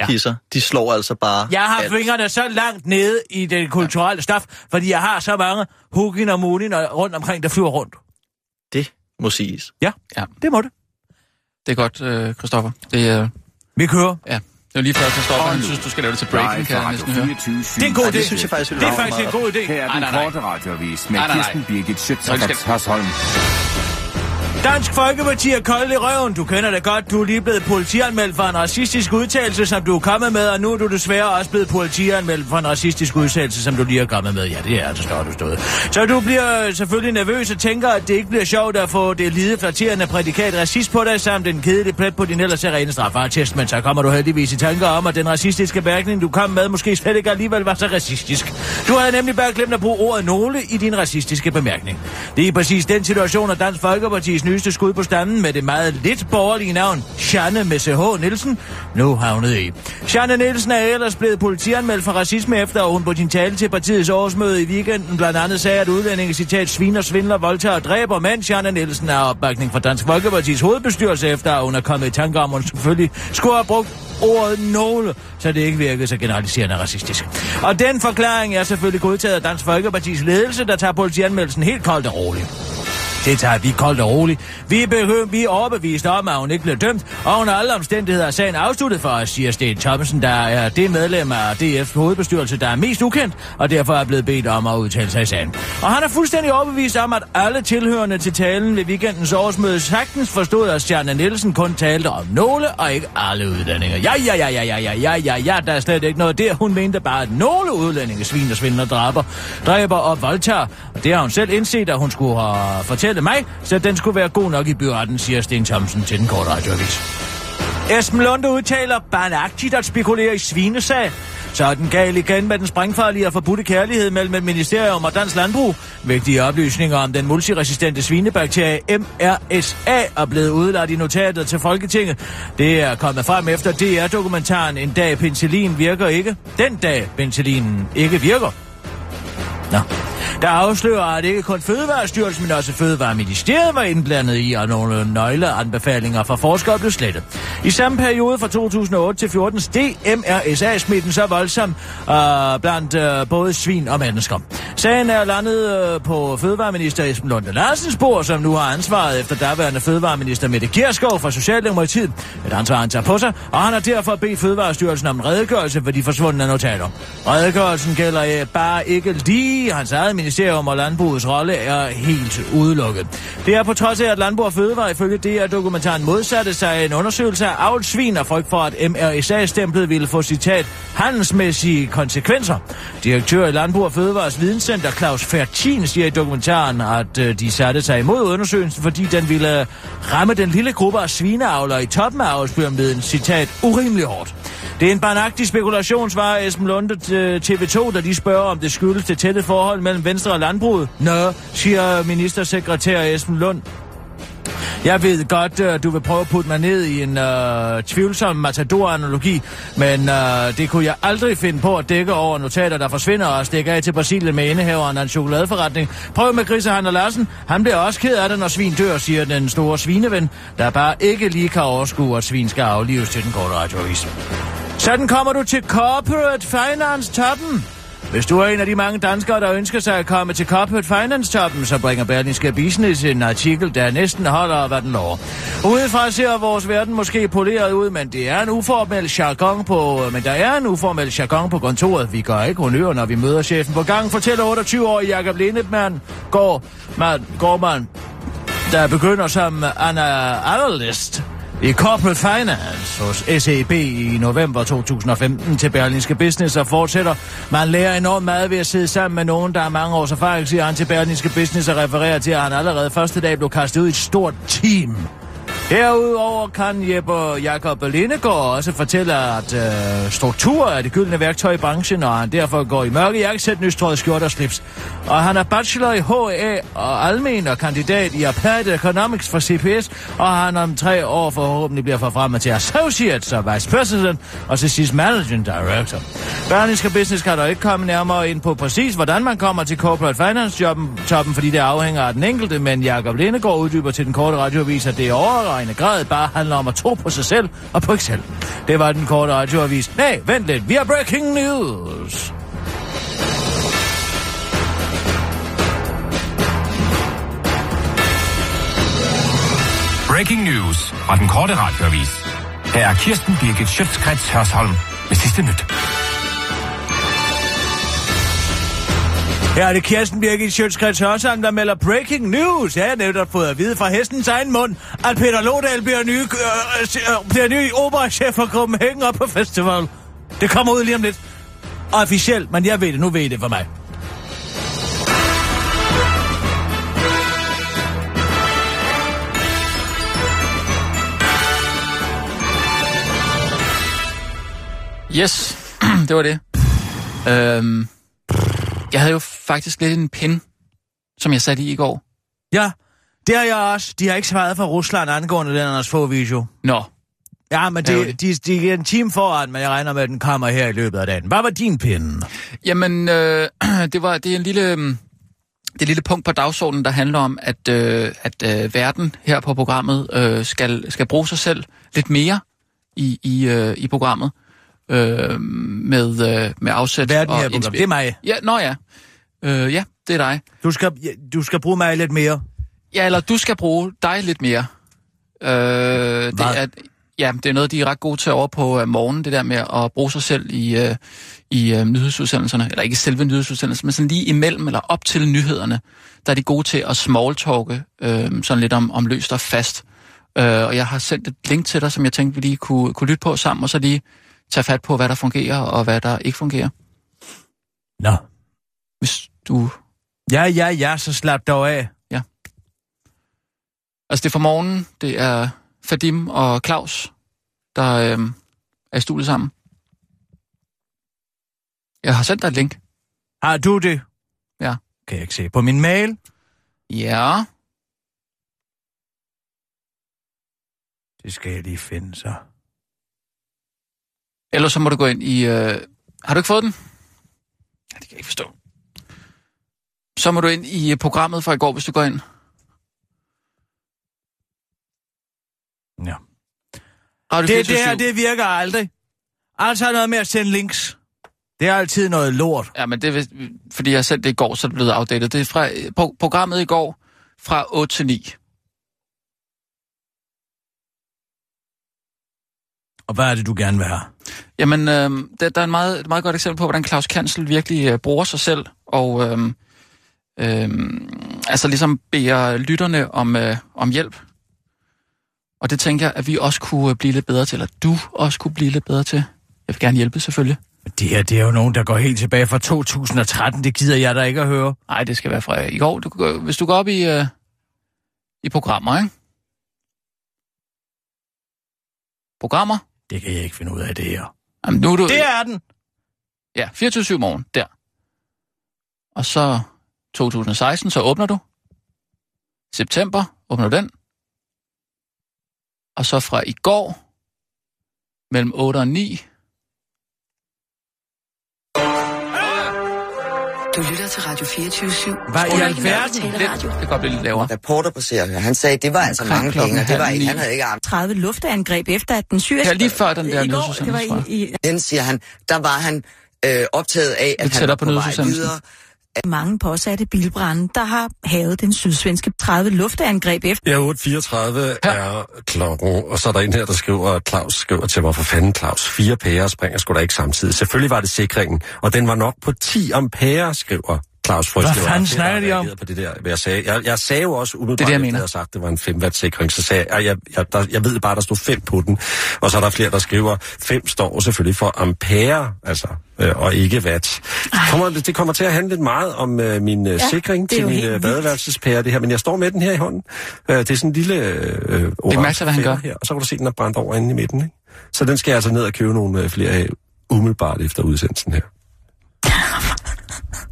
[SPEAKER 7] ja. pisser, de slår altså bare
[SPEAKER 5] Jeg har
[SPEAKER 7] alt.
[SPEAKER 5] fingrene så langt nede i det kulturelle stof, fordi jeg har så mange hugin og munin og rundt omkring, der flyver rundt.
[SPEAKER 7] Det må siges.
[SPEAKER 5] Det må det.
[SPEAKER 4] Det er godt, øh, Christoffer. Det, øh,
[SPEAKER 5] Vi kører.
[SPEAKER 4] ja. det var lige før, Christoffer
[SPEAKER 6] Og
[SPEAKER 4] han
[SPEAKER 6] nu.
[SPEAKER 4] synes, du skal lave det til
[SPEAKER 6] Live
[SPEAKER 4] breaking, kan
[SPEAKER 6] fra
[SPEAKER 4] jeg
[SPEAKER 6] Radio
[SPEAKER 4] næsten høre.
[SPEAKER 6] 24
[SPEAKER 5] Det er en god
[SPEAKER 7] Ej,
[SPEAKER 5] idé.
[SPEAKER 7] det synes jeg faktisk, vi
[SPEAKER 5] Det er
[SPEAKER 7] larmer
[SPEAKER 5] faktisk en
[SPEAKER 7] meget.
[SPEAKER 5] god idé.
[SPEAKER 6] Her er
[SPEAKER 4] Nej,
[SPEAKER 6] den
[SPEAKER 4] nej, nej.
[SPEAKER 6] korte radiovis med
[SPEAKER 4] Nej, nej, nej.
[SPEAKER 6] Kirsten Birgit Schøtz
[SPEAKER 4] Nå,
[SPEAKER 6] og
[SPEAKER 4] vi skal-
[SPEAKER 6] Krets Hørsholm.
[SPEAKER 5] Dansk Folkeparti er kold i røven. Du kender det godt. Du er lige blevet politianmeldt for en racistisk udtalelse, som du er kommet med, og nu er du desværre også blevet politianmeldt for en racistisk udtalelse, som du lige er kommet med. Ja, det er altså står du stået. Så du bliver øh, selvfølgelig nervøs og tænker, at det ikke bliver sjovt at få det lide flatterende prædikat racist på dig, samt en kedelig plet på din ellers rene straffartest, men så kommer du heldigvis i tanker om, at den racistiske bemærkning, du kom med, måske slet ikke alligevel var så racistisk. Du havde nemlig bare glemt at bruge ordet nogle i din racistiske bemærkning. Det er præcis den situation, at Dansk Folkeparti's nyeste skud på stammen med det meget lidt borgerlige navn, Sjanne med CH Nielsen, nu havnede i. Sjanne Nielsen er ellers blevet politianmeldt for racisme, efter at hun på sin tale til partiets årsmøde i weekenden blandt andet sagde, at udlændinge citat sviner, svindler, voldtager og dræber, mens Sjanne Nielsen er opbakning fra Dansk Folkeparti's hovedbestyrelse, efter at hun er kommet i tanke om, at hun selvfølgelig skulle have brugt ordet nogle, så det ikke virkede så generaliserende racistisk. Og den forklaring er selvfølgelig godtaget af Dansk Folkepartis ledelse, der tager politianmeldelsen helt koldt og roligt. Det tager vi koldt og roligt. Vi, behøver, vi er overbevist om, at hun ikke blev dømt, og under alle omstændigheder er sagen afsluttet for os, siger Sten Thomsen, der er det medlem af DF's hovedbestyrelse, der er mest ukendt, og derfor er blevet bedt om at udtale sig i sagen. Og han er fuldstændig overbevist om, at alle tilhørende til talen ved weekendens årsmøde sagtens forstod, at Stjerne Nielsen kun talte om nogle og ikke alle udlændinge. Ja, ja, ja, ja, ja, ja, ja, ja, ja, der er slet ikke noget der. Hun mente bare, at nogle udlændinge sviner, svindler, dræber, dræber og voldtager. Og det har hun selv indset, at hun skulle have fortælle mig, så den skulle være god nok i byretten, siger Sten Thomsen til den korte radioavis. Esben Lunde udtaler banagtigt at spekulere i svinesag. Så er den gal igen med den sprængfarlige og forbudte kærlighed mellem et ministerium og dansk landbrug. Vigtige oplysninger om den multiresistente svinebakterie MRSA er blevet udlagt i notatet til Folketinget. Det er kommet frem efter DR-dokumentaren En dag penicillin virker ikke. Den dag penicillinen ikke virker. Nå. Der afslører, at ikke kun Fødevarestyrelsen, men også Fødevareministeriet var indblandet i, og nogle nøgleanbefalinger fra forskere blev slettet. I samme periode fra 2008 til 14 steg MRSA-smitten så voldsomt øh, blandt øh, både svin og mennesker. Sagen er landet øh, på Fødevareminister Esben Lunde Larsens bord, som nu har ansvaret efter daværende Fødevareminister Mette Kierskov fra Socialdemokratiet. Et ansvar, han tager på sig, og han har derfor bedt Fødevarestyrelsen om en redegørelse for de forsvundne notater. Redegørelsen gælder øh, bare ikke lige hans eget ministerium, og landbrugets rolle er helt udelukket. Det er på trods af, at Landbrug og Fødevare ifølge DR-dokumentaren modsatte sig en undersøgelse af avlsvin og frygt for, at MRSA-stemplet ville få citat handelsmæssige konsekvenser. Direktør i Landbrug og Fødevares Videnscenter Claus Fertin siger i dokumentaren, at øh, de satte sig imod undersøgelsen, fordi den ville øh, ramme den lille gruppe af svineavlere i toppen af avlspyramiden, citat, urimelig hårdt. Det er en barnagtig spekulation, svarer Esben Lunde øh, til TV2, da de spørger, om det skyldes det tætte forhold mellem Venstre og landbruget. Nå, siger ministersekretær Esben Lund. Jeg ved godt, øh, du vil prøve at putte mig ned i en øh, tvivlsom matador-analogi, men øh, det kunne jeg aldrig finde på at dække over notater, der forsvinder og stikker af til Brasilien med indehaveren af en chokoladeforretning. Prøv med Chris og Hanna Larsen. Han bliver også ked af det, når svin dør, siger den store svineven, der bare ikke lige kan overskue, at svin skal aflives til den korte radioavis. Sådan kommer du til Corporate Finance-toppen. Hvis du er en af de mange danskere, der ønsker sig at komme til Corporate Finance-toppen, så bringer Berlingske Business en artikel, der næsten holder, hvad den lover. Udefra ser vores verden måske poleret ud, men det er en uformel jargon på... øh, Men der er en uformel jargon på kontoret. Vi gør ikke honør, når vi møder chefen på gang, fortæller 28-årig Jakob Lindemann går, man, går man, der begynder som analyst i Corporate Finance hos SEB i november 2015 til Berlingske Business og fortsætter. Man lærer enormt meget ved at sidde sammen med nogen, der har mange års erfaring, siger han til Berlingske Business og refererer til, at han allerede første dag blev kastet ud i et stort team. Herudover kan Jeppe Jakob Lindegaard også fortælle, at øh, strukturer er det gyldne værktøj i branchen, og han derfor går i mørke jakkesæt, nystrøget skjort og slips. Og han er bachelor i HA og almen og kandidat i Applied Economics fra CPS, og han om tre år forhåbentlig bliver forfremmet til associate, så vice president og til sidst managing director. Berlingske Business kan dog ikke komme nærmere ind på præcis, hvordan man kommer til corporate finance-toppen, toppen, fordi det afhænger af den enkelte, men Jakob Lindegaard uddyber til den korte radioavis, at det er overraskende overvejende grad bare handler om at tro på sig selv og på Excel. Det var den korte radioavis. Nej, vent lidt, vi har breaking news.
[SPEAKER 6] Breaking news fra den korte radioavis. Her er Kirsten Birgit Schøtzgrads Hørsholm med sidste nyt.
[SPEAKER 5] Her er det Kirsten Birgit Sjøtskreds Hørsholm, der melder breaking news. Ja, jeg har netop fået at vide fra hestens egen mund, at Peter Lodal bliver ny, øh, øh, bliver ny operachef for Copenhagen op på festival. Det kommer ud lige om lidt. Officielt, men jeg ved det. Nu ved I det for mig.
[SPEAKER 4] Yes, det var det. Øhm, jeg havde jo faktisk lidt en pin, som jeg satte i i går.
[SPEAKER 5] Ja, det har jeg også. De har ikke svaret fra Rusland angående den Anders få video.
[SPEAKER 4] Nå,
[SPEAKER 5] Ja, men
[SPEAKER 4] Ærgerligt.
[SPEAKER 5] de, de, de er en time foran, men jeg regner med, at den kommer her i løbet af dagen. Hvad var din pinde?
[SPEAKER 4] Jamen, øh, det var det er en lille øhm, det er et lille punkt på dagsordenen, der handler om, at øh, at øh, verden her på programmet øh, skal skal bruge sig selv lidt mere i i øh, i programmet øh, med øh, med afsæt
[SPEAKER 5] Verden her
[SPEAKER 4] og
[SPEAKER 5] på programmet.
[SPEAKER 4] inspir-
[SPEAKER 5] Det er mig.
[SPEAKER 4] Ja, nå ja. Øh, ja, det er dig.
[SPEAKER 5] Du skal, du skal bruge mig lidt mere.
[SPEAKER 4] Ja, eller du skal bruge dig lidt mere. Øh, det
[SPEAKER 5] Hvad?
[SPEAKER 4] er, ja, det er noget, de er ret gode til over på øh, morgen, det der med at bruge sig selv i, øh, i øh, nyhedsudsendelserne. Eller ikke selve nyhedsudsendelserne, men sådan lige imellem eller op til nyhederne, der er de gode til at smalltalke øh, sådan lidt om, om løst og fast. Øh, og jeg har sendt et link til dig, som jeg tænkte, vi lige kunne, kunne lytte på sammen, og så lige tage fat på, hvad der fungerer og hvad der ikke fungerer.
[SPEAKER 5] Nå.
[SPEAKER 4] Hvis du...
[SPEAKER 5] Ja, ja, ja, så slap dog af.
[SPEAKER 4] Altså, det er for morgenen. Det er Fadim og Claus, der øh, er i studiet sammen. Jeg har sendt dig et link.
[SPEAKER 5] Har du det?
[SPEAKER 4] Ja.
[SPEAKER 5] Kan jeg ikke se på min mail?
[SPEAKER 4] Ja.
[SPEAKER 5] Det skal jeg lige finde så.
[SPEAKER 4] Ellers så må du gå ind i... Øh... Har du ikke fået den? Ja, det kan jeg ikke forstå. Så må du ind i øh, programmet fra i går, hvis du går ind.
[SPEAKER 5] Ja.
[SPEAKER 4] Radio
[SPEAKER 5] Det, det her,
[SPEAKER 4] 24syv.
[SPEAKER 5] det virker aldrig. Altså noget med at sende links. Det er altid noget lort.
[SPEAKER 4] Ja, men det er, vist- fordi jeg sendte det i går, så er det blevet outdated. Det er fra øh, pro- programmet i går fra 8 til 9.
[SPEAKER 5] Og hvad er det, du gerne vil have?
[SPEAKER 4] Jamen, øh, der, der er en meget, et meget godt eksempel på, hvordan Claus Kansel virkelig øh, bruger sig selv, og øh, øh, altså ligesom beder lytterne om, øh, om hjælp. Og det tænker jeg, at vi også kunne øh, blive lidt bedre til, eller du også kunne blive lidt bedre til. Jeg vil gerne hjælpe, selvfølgelig.
[SPEAKER 5] Det her, det er jo nogen, der går helt tilbage fra 2013. Det gider jeg da ikke at høre.
[SPEAKER 4] Nej, det skal være fra i går. Du, kan gå- hvis du går op i, øh, i programmer, ikke? Programmer?
[SPEAKER 5] Det kan jeg ikke finde ud af, det her.
[SPEAKER 4] Jamen, nu er du...
[SPEAKER 5] Det er den!
[SPEAKER 4] Ja, 24-7 morgen, der. Og så 2016, så åbner du. September åbner du den. Og så fra i går, mellem 8 og 9.
[SPEAKER 9] Du lytter til Radio 24 /7.
[SPEAKER 5] Hvad i alverden?
[SPEAKER 4] Lidt, det kan godt blive lidt lavere.
[SPEAKER 11] Reporter på serien, han sagde, det var altså
[SPEAKER 4] Omkring
[SPEAKER 11] mange
[SPEAKER 4] klokken
[SPEAKER 11] penge, og det var
[SPEAKER 4] halv
[SPEAKER 11] ikke, han
[SPEAKER 4] ni.
[SPEAKER 11] havde ikke arm.
[SPEAKER 1] 30 luftangreb efter, at den syriske...
[SPEAKER 4] Her lige før den der
[SPEAKER 1] I går, det var
[SPEAKER 4] nyhedsudsendelse var.
[SPEAKER 1] i,
[SPEAKER 11] Den siger han, der var han øh, optaget af, at
[SPEAKER 4] Lidt
[SPEAKER 11] han var
[SPEAKER 4] tættere
[SPEAKER 11] på
[SPEAKER 4] på
[SPEAKER 11] vej
[SPEAKER 4] nyhedsudsendelsen.
[SPEAKER 11] videre.
[SPEAKER 1] i mange påsatte bilbrænde, der har havet den sydsvenske 30 luftangreb efter.
[SPEAKER 12] Ja, 8.34
[SPEAKER 4] Ja.
[SPEAKER 12] er klokken, og så er der en her, der skriver, at Claus skriver til mig, for fanden Claus, fire pærer springer sgu da ikke samtidig. Selvfølgelig var det sikringen, og den var nok på 10 ampere, skriver Claus Frøs.
[SPEAKER 5] Hvad
[SPEAKER 12] Det var
[SPEAKER 5] fanden
[SPEAKER 12] ham, der
[SPEAKER 5] snakker de om?
[SPEAKER 12] reagerede På det der, hvad jeg, sagde. Jeg, jeg sagde jo også umiddelbart,
[SPEAKER 4] Det er det, jeg
[SPEAKER 12] efter
[SPEAKER 4] mener.
[SPEAKER 12] jeg havde sagt, det var en 5 watt sikring, så sagde jeg, jeg, jeg, jeg, der, jeg ved bare, der stod 5 på den, og så er der flere, der skriver, 5 står selvfølgelig for ampere, altså, øh, og ikke watt. Det kommer, det kommer til at handle lidt meget om øh, min øh, sikring
[SPEAKER 1] det er
[SPEAKER 12] til
[SPEAKER 1] jo
[SPEAKER 12] min
[SPEAKER 1] helt
[SPEAKER 12] øh,
[SPEAKER 1] vildt.
[SPEAKER 12] badeværelsespære, det her, men jeg står med den her i hånden. Øh, det er sådan en lille øh, øh,
[SPEAKER 4] Læg mærke til, hvad han
[SPEAKER 12] fjer
[SPEAKER 4] gør.
[SPEAKER 12] Her, og så kan du se, den er brændt over inde i midten. Ikke? Så den skal jeg altså ned og købe nogle øh, flere af umiddelbart efter udsendelsen her.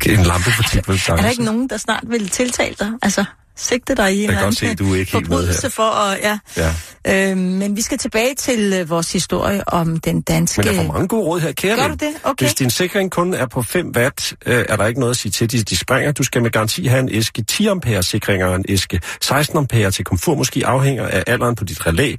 [SPEAKER 12] en lampe for 10 procent.
[SPEAKER 1] Er der ikke nogen, der snart vil tiltale dig? Altså, sigte dig i en
[SPEAKER 12] kan
[SPEAKER 1] eller
[SPEAKER 12] godt se,
[SPEAKER 1] anden
[SPEAKER 12] du er ikke helt med her.
[SPEAKER 1] forbrydelse for at... Ja.
[SPEAKER 12] Ja.
[SPEAKER 1] Øh, men vi skal tilbage til øh, vores historie om den danske...
[SPEAKER 12] Men jeg får mange gode råd her, kære
[SPEAKER 1] Gør
[SPEAKER 12] ven.
[SPEAKER 1] du det? Okay.
[SPEAKER 12] Hvis din sikring kun er på 5 watt, øh, er der ikke noget at sige til, de, de springer. Du skal med garanti have en æske 10 ampere sikringer og en æske 16 ampere til komfur. Måske afhænger af alderen på dit relæ.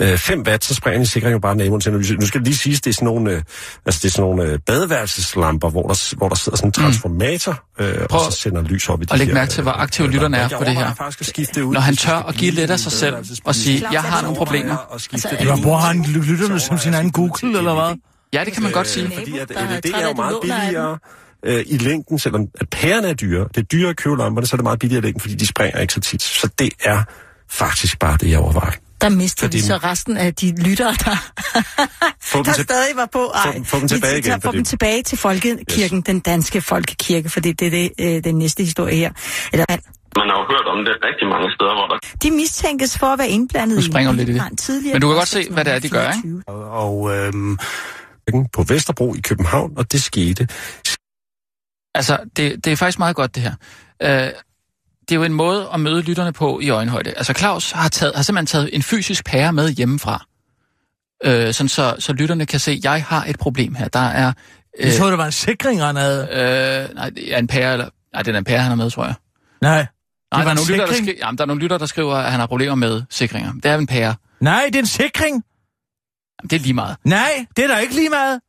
[SPEAKER 12] Øh, 5 watt, så springer din sikring jo bare naboen til. Nu nu skal det lige siges, det er sådan nogle, øh, altså det er sådan nogle øh, badeværelseslamper, hvor der, s- hvor der sidder sådan en transformator, øh, og så sender lys op i de
[SPEAKER 4] Mm. Og læg
[SPEAKER 12] her,
[SPEAKER 4] mærke til, hvor
[SPEAKER 12] øh,
[SPEAKER 4] aktive
[SPEAKER 12] øh,
[SPEAKER 4] lytterne er
[SPEAKER 12] lamper.
[SPEAKER 4] på det
[SPEAKER 12] Jeg
[SPEAKER 4] her.
[SPEAKER 12] overvejer faktisk at skifte det ud,
[SPEAKER 4] Når han
[SPEAKER 12] hvis jeg
[SPEAKER 4] tør
[SPEAKER 12] skal
[SPEAKER 4] at give
[SPEAKER 12] blive
[SPEAKER 4] lidt af
[SPEAKER 12] i
[SPEAKER 4] sig
[SPEAKER 12] en
[SPEAKER 4] selv
[SPEAKER 5] altså
[SPEAKER 4] og sige, jeg har nogle problemer.
[SPEAKER 12] skifte
[SPEAKER 5] Det var, bruger han lytterne som sin egen
[SPEAKER 12] altså,
[SPEAKER 5] Google, eller hvad?
[SPEAKER 4] Ja, det kan man godt sige.
[SPEAKER 12] Fordi at
[SPEAKER 4] Der er
[SPEAKER 12] LED
[SPEAKER 4] træt af,
[SPEAKER 12] er jo
[SPEAKER 4] at
[SPEAKER 12] meget
[SPEAKER 4] du låner af
[SPEAKER 12] billigere øh, i længden, selvom at pærerne er dyre. Det er dyre at købe lamperne, så er det meget billigere i længden, fordi de springer ikke så tit. Så det er faktisk bare det, jeg overvejer.
[SPEAKER 1] Der mistede vi
[SPEAKER 12] Fordi-
[SPEAKER 1] så resten af de lyttere, der,
[SPEAKER 12] Få dem
[SPEAKER 1] der
[SPEAKER 12] til-
[SPEAKER 1] stadig var på.
[SPEAKER 12] få dem- få dem tilbage
[SPEAKER 1] vi
[SPEAKER 12] igen,
[SPEAKER 1] tager- Få
[SPEAKER 12] fordi-
[SPEAKER 1] dem tilbage til folkekirken, yes. den danske folkekirke, for det er det, øh, den næste historie her. Eller,
[SPEAKER 13] Man har jo hørt om det rigtig mange steder, hvor der
[SPEAKER 1] de mistænkes for at være indblandet
[SPEAKER 4] Nu springer hun lidt i det.
[SPEAKER 1] brand tidligere.
[SPEAKER 4] Men du kan godt se, hvad det er, de gør, ikke?
[SPEAKER 12] Og, og øhm, på Vesterbro i København, og det skete.
[SPEAKER 4] Altså, det, det er faktisk meget godt, det her. Øh, det er jo en måde at møde lytterne på i øjenhøjde. Altså, Claus har, taget, har simpelthen taget en fysisk pære med hjemmefra. Øh, sådan så, så lytterne kan se, at jeg har et problem her. Der er...
[SPEAKER 5] Jeg troede, det var en sikring, han havde.
[SPEAKER 4] Øh, nej, det er en pære, eller... Nej, det er en pære, han har med, tror jeg.
[SPEAKER 5] Nej.
[SPEAKER 4] Nej, der er,
[SPEAKER 5] en
[SPEAKER 4] nogle lytter, der
[SPEAKER 5] sikring.
[SPEAKER 4] skri- Jamen, der er nogle lytter, der skriver, at han har problemer med sikringer. Det er en pære.
[SPEAKER 5] Nej, det er en sikring.
[SPEAKER 4] Jamen, det er lige meget.
[SPEAKER 5] Nej, det er da ikke lige meget.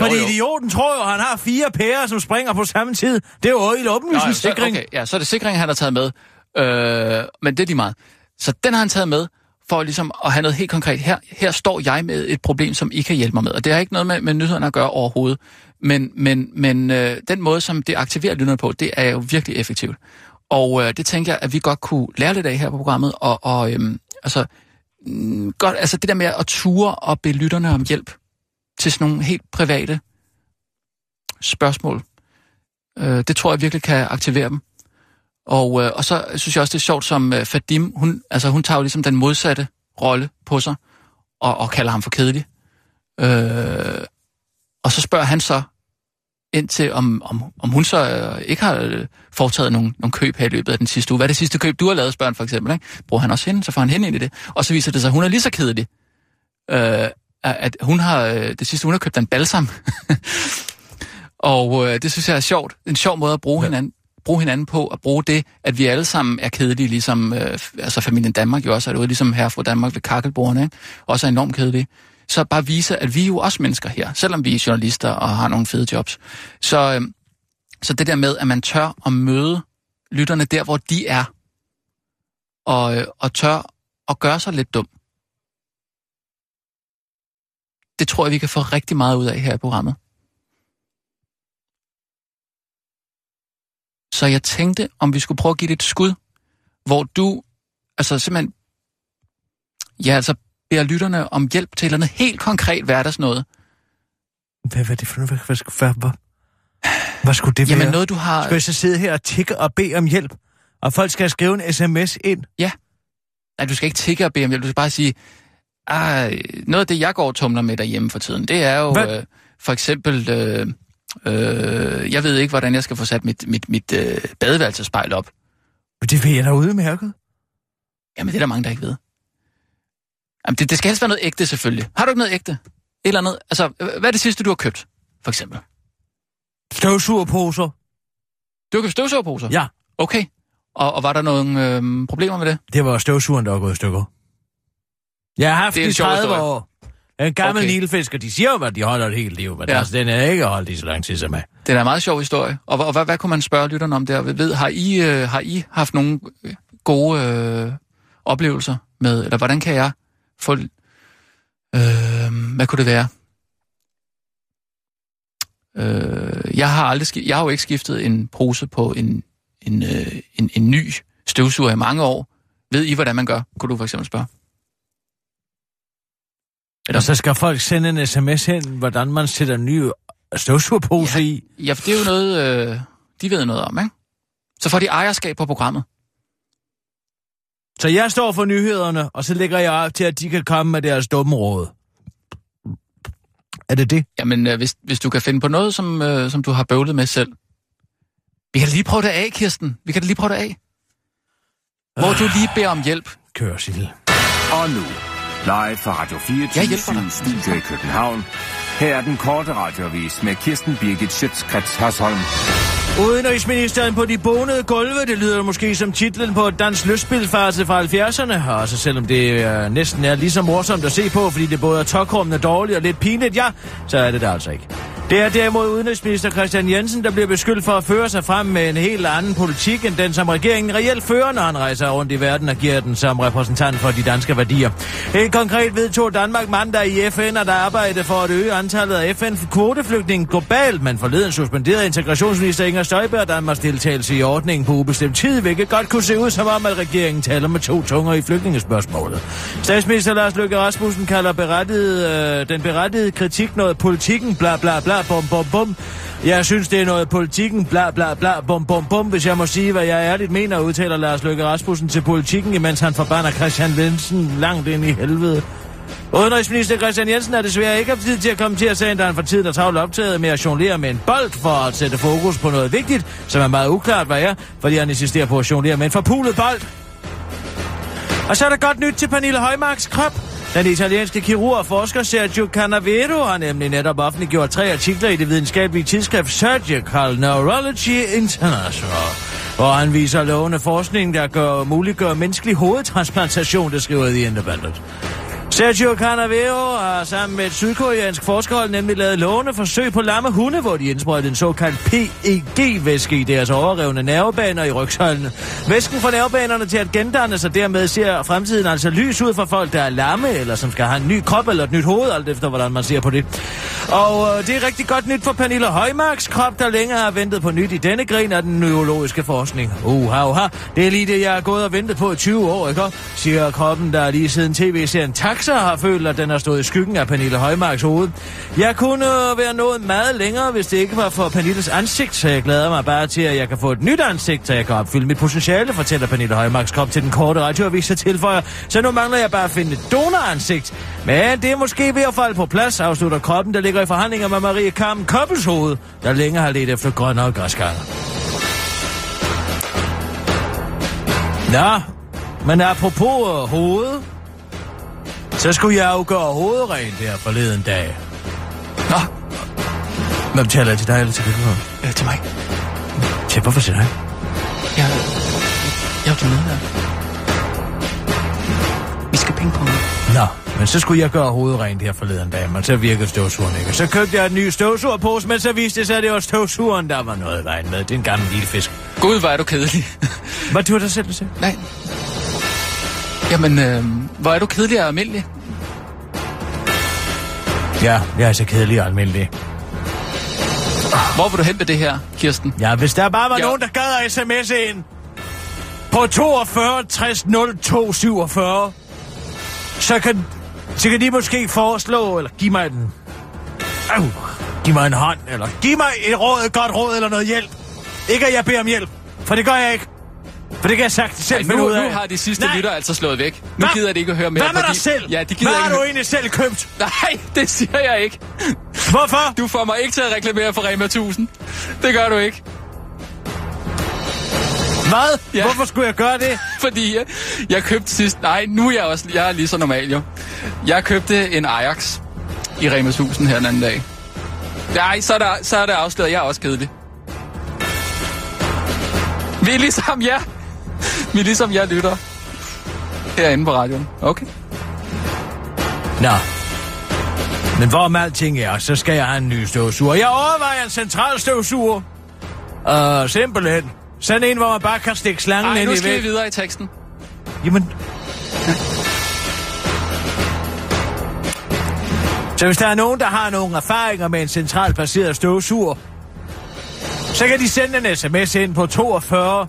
[SPEAKER 4] Jo,
[SPEAKER 5] Fordi
[SPEAKER 4] jo.
[SPEAKER 5] idioten tror jo, han har fire pærer, som springer på samme tid. Det er jo helt
[SPEAKER 4] Nå,
[SPEAKER 5] åbenlyst
[SPEAKER 4] ja,
[SPEAKER 5] en
[SPEAKER 4] så,
[SPEAKER 5] sikring.
[SPEAKER 4] okay, ja, så er det sikringen, han har taget med. Øh, men det er lige meget. Så den har han taget med for ligesom at have noget helt konkret. Her, her står jeg med et problem, som I kan hjælpe mig med. Og det har ikke noget med, med nyhederne at gøre overhovedet. Men, men, men øh, den måde, som det aktiverer lytterne på, det er jo virkelig effektivt. Og øh, det tænker jeg, at vi godt kunne lære lidt af her på programmet. Og, og øhm, altså, mm, godt, altså det der med at ture og bede lytterne om hjælp til sådan nogle helt private spørgsmål. Øh, det tror jeg virkelig kan aktivere dem. Og, øh, og så synes jeg også, det er sjovt, som øh, Fadim, hun, altså, hun tager jo ligesom den modsatte rolle på sig, og, og kalder ham for kedelig. Øh, og så spørger han så ind til, om, om, om hun så øh, ikke har øh, foretaget nogen, nogen køb her i løbet af den sidste uge. Hvad er det sidste køb, du har lavet, spørger han for eksempel. Ikke? Bruger han også hende, så får han hende ind i det. Og så viser det sig, at hun er lige så kedelig. Øh, at- at hun har, øh, det sidste hun har købt en balsam. Og øh, det synes jeg er sjovt. En sjov måde at bruge, ja. hinanden, bruge hinanden på, at bruge det, at vi alle sammen er kedelige, ligesom øh, f- altså familien Danmark jo også er derude, ligesom herre fra Danmark ved kakkelbordene, ikke? også er enormt kedelige. Så bare vise, at vi er jo også mennesker her, selvom vi er journalister og har nogle fede jobs. Så, øh, så det der med, at man tør at møde lytterne der, hvor de er, og, øh, og tør at gøre sig lidt dum. Det tror jeg, vi kan få rigtig meget ud af her i programmet. Så jeg tænkte, om vi skulle prøve at give det et skud, hvor du altså simpelthen, ja altså, beder lytterne om hjælp til et eller andet helt konkret hverdagsnået.
[SPEAKER 5] Hvad, hvad er det for noget? Hvad, hvad, sku- hvad, hvad, hvad skulle det
[SPEAKER 4] Jamen
[SPEAKER 5] være?
[SPEAKER 4] noget, du har-
[SPEAKER 5] Skal jeg så sidde her og tikke og bede om hjælp? Og folk skal skrive en sms ind?
[SPEAKER 4] Ja. Nej, du skal ikke tikke og bede om hjælp, du skal bare sige, ah, noget af det, jeg går og tumler med derhjemme for tiden, det er jo øh, for eksempel, øh, øh, jeg ved ikke, hvordan jeg skal få sat mit, mit, mit øh, badeværelsespejl op.
[SPEAKER 5] Men det vil jeg da udmærket.
[SPEAKER 4] Jamen, det er der mange, der ikke ved. Jamen, det, det skal helst være noget ægte, selvfølgelig. Har du ikke noget ægte? Et eller andet? Altså, øh, hvad er det sidste, du har købt, for eksempel?
[SPEAKER 5] Støvsugerposer.
[SPEAKER 4] Du har købt støvsugerposer?
[SPEAKER 5] Ja.
[SPEAKER 4] Okay. Og, og var der nogle øh, problemer med det?
[SPEAKER 5] Det var støvsugeren, der var gået i stykker. Jeg har haft
[SPEAKER 4] Det er en
[SPEAKER 5] i
[SPEAKER 4] sjov
[SPEAKER 5] 30
[SPEAKER 4] historie.
[SPEAKER 5] år. En gammel
[SPEAKER 4] Okay.
[SPEAKER 5] okay. lillefisker, de siger jo, at de holder et helt liv, men
[SPEAKER 4] Ja.
[SPEAKER 5] ja. altså, den er ikke holdt i så lang tid som mig.
[SPEAKER 4] Det er da en meget sjov historie. Og, hva- og hvad, hvad kunne man spørge lytterne om der? Ved, har, I, øh, har I haft nogle øh, gode øh, oplevelser med, eller hvordan kan jeg få... Øh, hvad kunne det være? Øh, jeg, har aldrig, ski- jeg har jo ikke skiftet en pose på en, en, øh, en, en ny støvsuger i mange år. Ved I, hvordan man gør? Kunne du for eksempel spørge?
[SPEAKER 5] Og så skal folk sende en sms hen, hvordan man sætter en ny støvsugerpose ja. i.
[SPEAKER 4] Ja, for det er jo noget, øh, de ved noget om, ikke? Så får de ejerskab på programmet.
[SPEAKER 5] Så jeg står for nyhederne, og så lægger jeg op til, at de kan komme med deres dumme råd. Er det det?
[SPEAKER 4] Jamen, øh, hvis, hvis du kan finde på noget, som, øh, som du har bøvlet med selv. Vi kan da lige prøve det af, Kirsten. Vi kan da lige prøve det af. Hvor du lige beder om hjælp.
[SPEAKER 5] Kørsel.
[SPEAKER 12] Og nu, live fra Radio 24 Studio i København. Her er den korte radiovis med Kirsten Birgit Schøtzgrads Hasholm.
[SPEAKER 5] Udenrigsministeren på de bonede gulve, det lyder måske som titlen på et dansk lystspilfase fra 70'erne, og så selvom det øh, næsten er lige så morsomt at se på, fordi det både er tokrummende dårligt og lidt pinligt, ja, så er det der altså ikke. Det er derimod udenrigsminister Christian Jensen, der bliver beskyldt for at føre sig frem med en helt anden politik, end den som regeringen reelt fører, når han rejser rundt i verden og giver den som repræsentant for de danske værdier. Helt konkret vedtog Danmark mandag i FN, at der arbejde for at øge antallet af FN-kvoteflygtninge globalt, men forleden suspenderede integrationsminister Inger Støjberg Danmarks deltagelse i ordningen på ubestemt tid, hvilket godt kunne se ud som om, at regeringen taler med to tunger i flygtningespørgsmålet. Statsminister Lars Løkke Rasmussen kalder berettiget, øh, den berettigede kritik noget politikken, bla bla bla, bum bum bum. Jeg synes, det er noget politikken, bla bla bla, bum bum bum, hvis jeg må sige, hvad jeg ærligt mener, udtaler Lars Løkke Rasmussen til politikken, imens han forbander Christian Vensen langt ind i helvede. Udenrigsminister Christian Jensen er desværre ikke haft tid til at komme til at sagen, da han for tiden er travlt optaget med at jonglere med en bold for at sætte fokus på noget vigtigt, som er meget uklart, hvad er, fordi han insisterer på at jonglere med en forpulet bold. Og så er der godt nyt til Pernille Højmarks krop. Den italienske kirurg og forsker Sergio Canavero har nemlig netop offentliggjort tre artikler i det videnskabelige tidsskrift Surgical Neurology International, hvor han viser lovende forskning, der gør, muliggør menneskelig hovedtransplantation, det skriver The Independent. Sergio Canavero har sammen med et sydkoreansk forskerhold nemlig lavet lovende forsøg på lamme hunde, hvor de indsprøjtede en såkaldt PEG-væske i deres overrevne nervebaner i rygsøjlen. Væsken får nervebanerne til at gendanne sig, dermed ser fremtiden altså lys ud for folk, der er lamme, eller som skal have en ny krop eller et nyt hoved, alt efter hvordan man ser på det. Og øh, det er rigtig godt nyt for Pernille Højmarks krop, der længere har ventet på nyt i denne gren af den neurologiske forskning. Uha, uha, det er lige det, jeg har gået og ventet på i 20 år, ikke? Siger kroppen, der lige siden tv-serien Taxa har følt, at den har stået i skyggen af Pernille Højmarks hoved. Jeg kunne øh, være nået meget længere, hvis det ikke var for Pernilles ansigt, så jeg glæder mig bare til, at jeg kan få et nyt ansigt, så jeg kan opfylde mit potentiale, fortæller Pernille Højmarks krop til den korte radioavis og tilføjer. Så nu mangler jeg bare at finde et donoransigt. Men det er måske ved at falde på plads, afslutter kroppen, der ligger i forhandlinger med Marie Carmen Koppels hoved, der længe har let efter grønne og græsganger. Nå, men apropos øh, hoved, så skulle jeg jo gøre hovedet rent her forleden dag. Nå. Hvem taler jeg til dig eller til København?
[SPEAKER 4] Øh, til mig.
[SPEAKER 5] Til hvorfor til dig?
[SPEAKER 4] Jeg, jeg er jo med der. Vi skal pingpong.
[SPEAKER 5] Nå, men så skulle jeg gøre hovedet rent her forleden dag, men så virkede støvsugeren ikke. Så købte jeg en ny støvsugerpose, men så viste det sig, at det var støvsugeren, der var noget i vejen med. Det er en gammel lille fisk.
[SPEAKER 4] Gud, hvor er du kedelig.
[SPEAKER 5] Hvad du dig selv til?
[SPEAKER 4] Nej. Jamen, øh, hvor er du kedelig og almindelig?
[SPEAKER 5] Ja, jeg er så kedelig og almindelig.
[SPEAKER 4] Hvor vil du hen med det her, Kirsten?
[SPEAKER 5] Ja, hvis der bare var ja. nogen, der gad at sms ind på 42 60 02 47, så kan, så kan de måske foreslå, eller give mig en... Au, giv mig en hånd, eller giv mig et, råd, et godt råd eller noget hjælp. Ikke at jeg beder om hjælp, for det gør jeg ikke. For det kan jeg sagtens selv
[SPEAKER 4] Ej,
[SPEAKER 5] finde
[SPEAKER 4] nu,
[SPEAKER 5] ud af.
[SPEAKER 4] nu har de sidste
[SPEAKER 5] Nej.
[SPEAKER 4] lytter altså slået væk. Nu
[SPEAKER 5] Hvad?
[SPEAKER 4] gider de ikke at høre mere.
[SPEAKER 5] Hvad med dig
[SPEAKER 4] fordi-
[SPEAKER 5] selv?
[SPEAKER 4] Ja, de gider
[SPEAKER 5] Hvad
[SPEAKER 4] ikke
[SPEAKER 5] har du egentlig selv købt?
[SPEAKER 4] Nej, det siger jeg ikke.
[SPEAKER 5] Hvorfor?
[SPEAKER 4] Du får mig ikke til at reklamere for Rema 1000. Det gør du ikke.
[SPEAKER 5] Hvad? Ja. Hvorfor skulle jeg gøre det?
[SPEAKER 4] Fordi jeg, jeg købte sidst... Nej, nu er jeg også jeg er lige så normal, jo. Jeg købte en Ajax i Rema 1000 her den anden dag. Nej, så er der, så er der afsløret. Jeg er også kedelig. Vi er ligesom jer. Vi er ligesom jer lytter. Herinde på radioen. Okay.
[SPEAKER 5] Nå. Men hvorom alting er, så skal jeg have en ny støvsuger. Jeg overvejer en central støvsuger. Uh, simpelthen. Sådan en, hvor man bare kan stikke slangen
[SPEAKER 4] Ej,
[SPEAKER 5] ind
[SPEAKER 4] nu
[SPEAKER 5] i
[SPEAKER 4] skal vi
[SPEAKER 5] væggen.
[SPEAKER 4] videre i teksten.
[SPEAKER 5] Jamen... Så hvis der er nogen, der har nogle erfaringer med en centralt placeret støvsuger, så kan de sende en sms ind på 42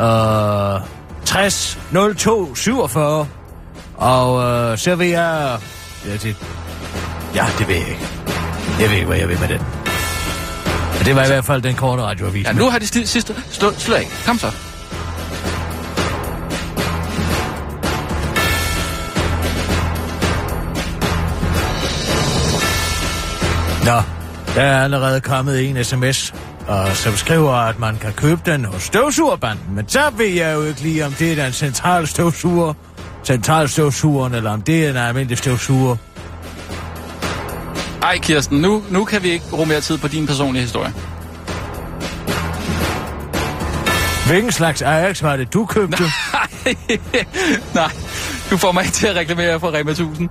[SPEAKER 5] øh, 60 02 47, og øh, så vil jeg... Ja, det, ja, det ved jeg ikke. Jeg ved ikke, hvad jeg vil med den. Men det var i hvert fald den korte radioavis.
[SPEAKER 4] Ja, nu har de sti- sidste... Slå, slå af. Kom så.
[SPEAKER 5] Nå, der er allerede kommet en sms, og som skriver, at man kan købe den hos støvsugerbanden. Men så ved jeg jo ikke lige, om det er den centrale støvsuger, centralstøvsugeren, eller om det er en almindelig støvsuger.
[SPEAKER 4] Ej, Kirsten, nu, nu kan vi ikke bruge mere tid på din personlige historie.
[SPEAKER 5] Hvilken slags Ajax var det, du købte?
[SPEAKER 4] Nej, nej. Du får mig ikke til at reklamere for Rema 1000.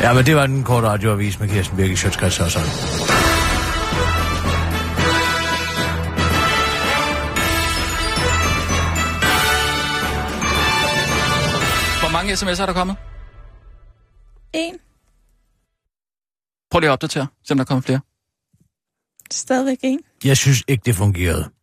[SPEAKER 5] Ja, men det var den korte radioavis med Kirsten Birke Sjøtskrets og sådan.
[SPEAKER 4] Hvor mange sms'er er der kommet?
[SPEAKER 2] En.
[SPEAKER 4] Prøv lige at opdatere, se om der kommer flere.
[SPEAKER 2] Stadigvæk en.
[SPEAKER 5] Jeg synes ikke, det fungerede.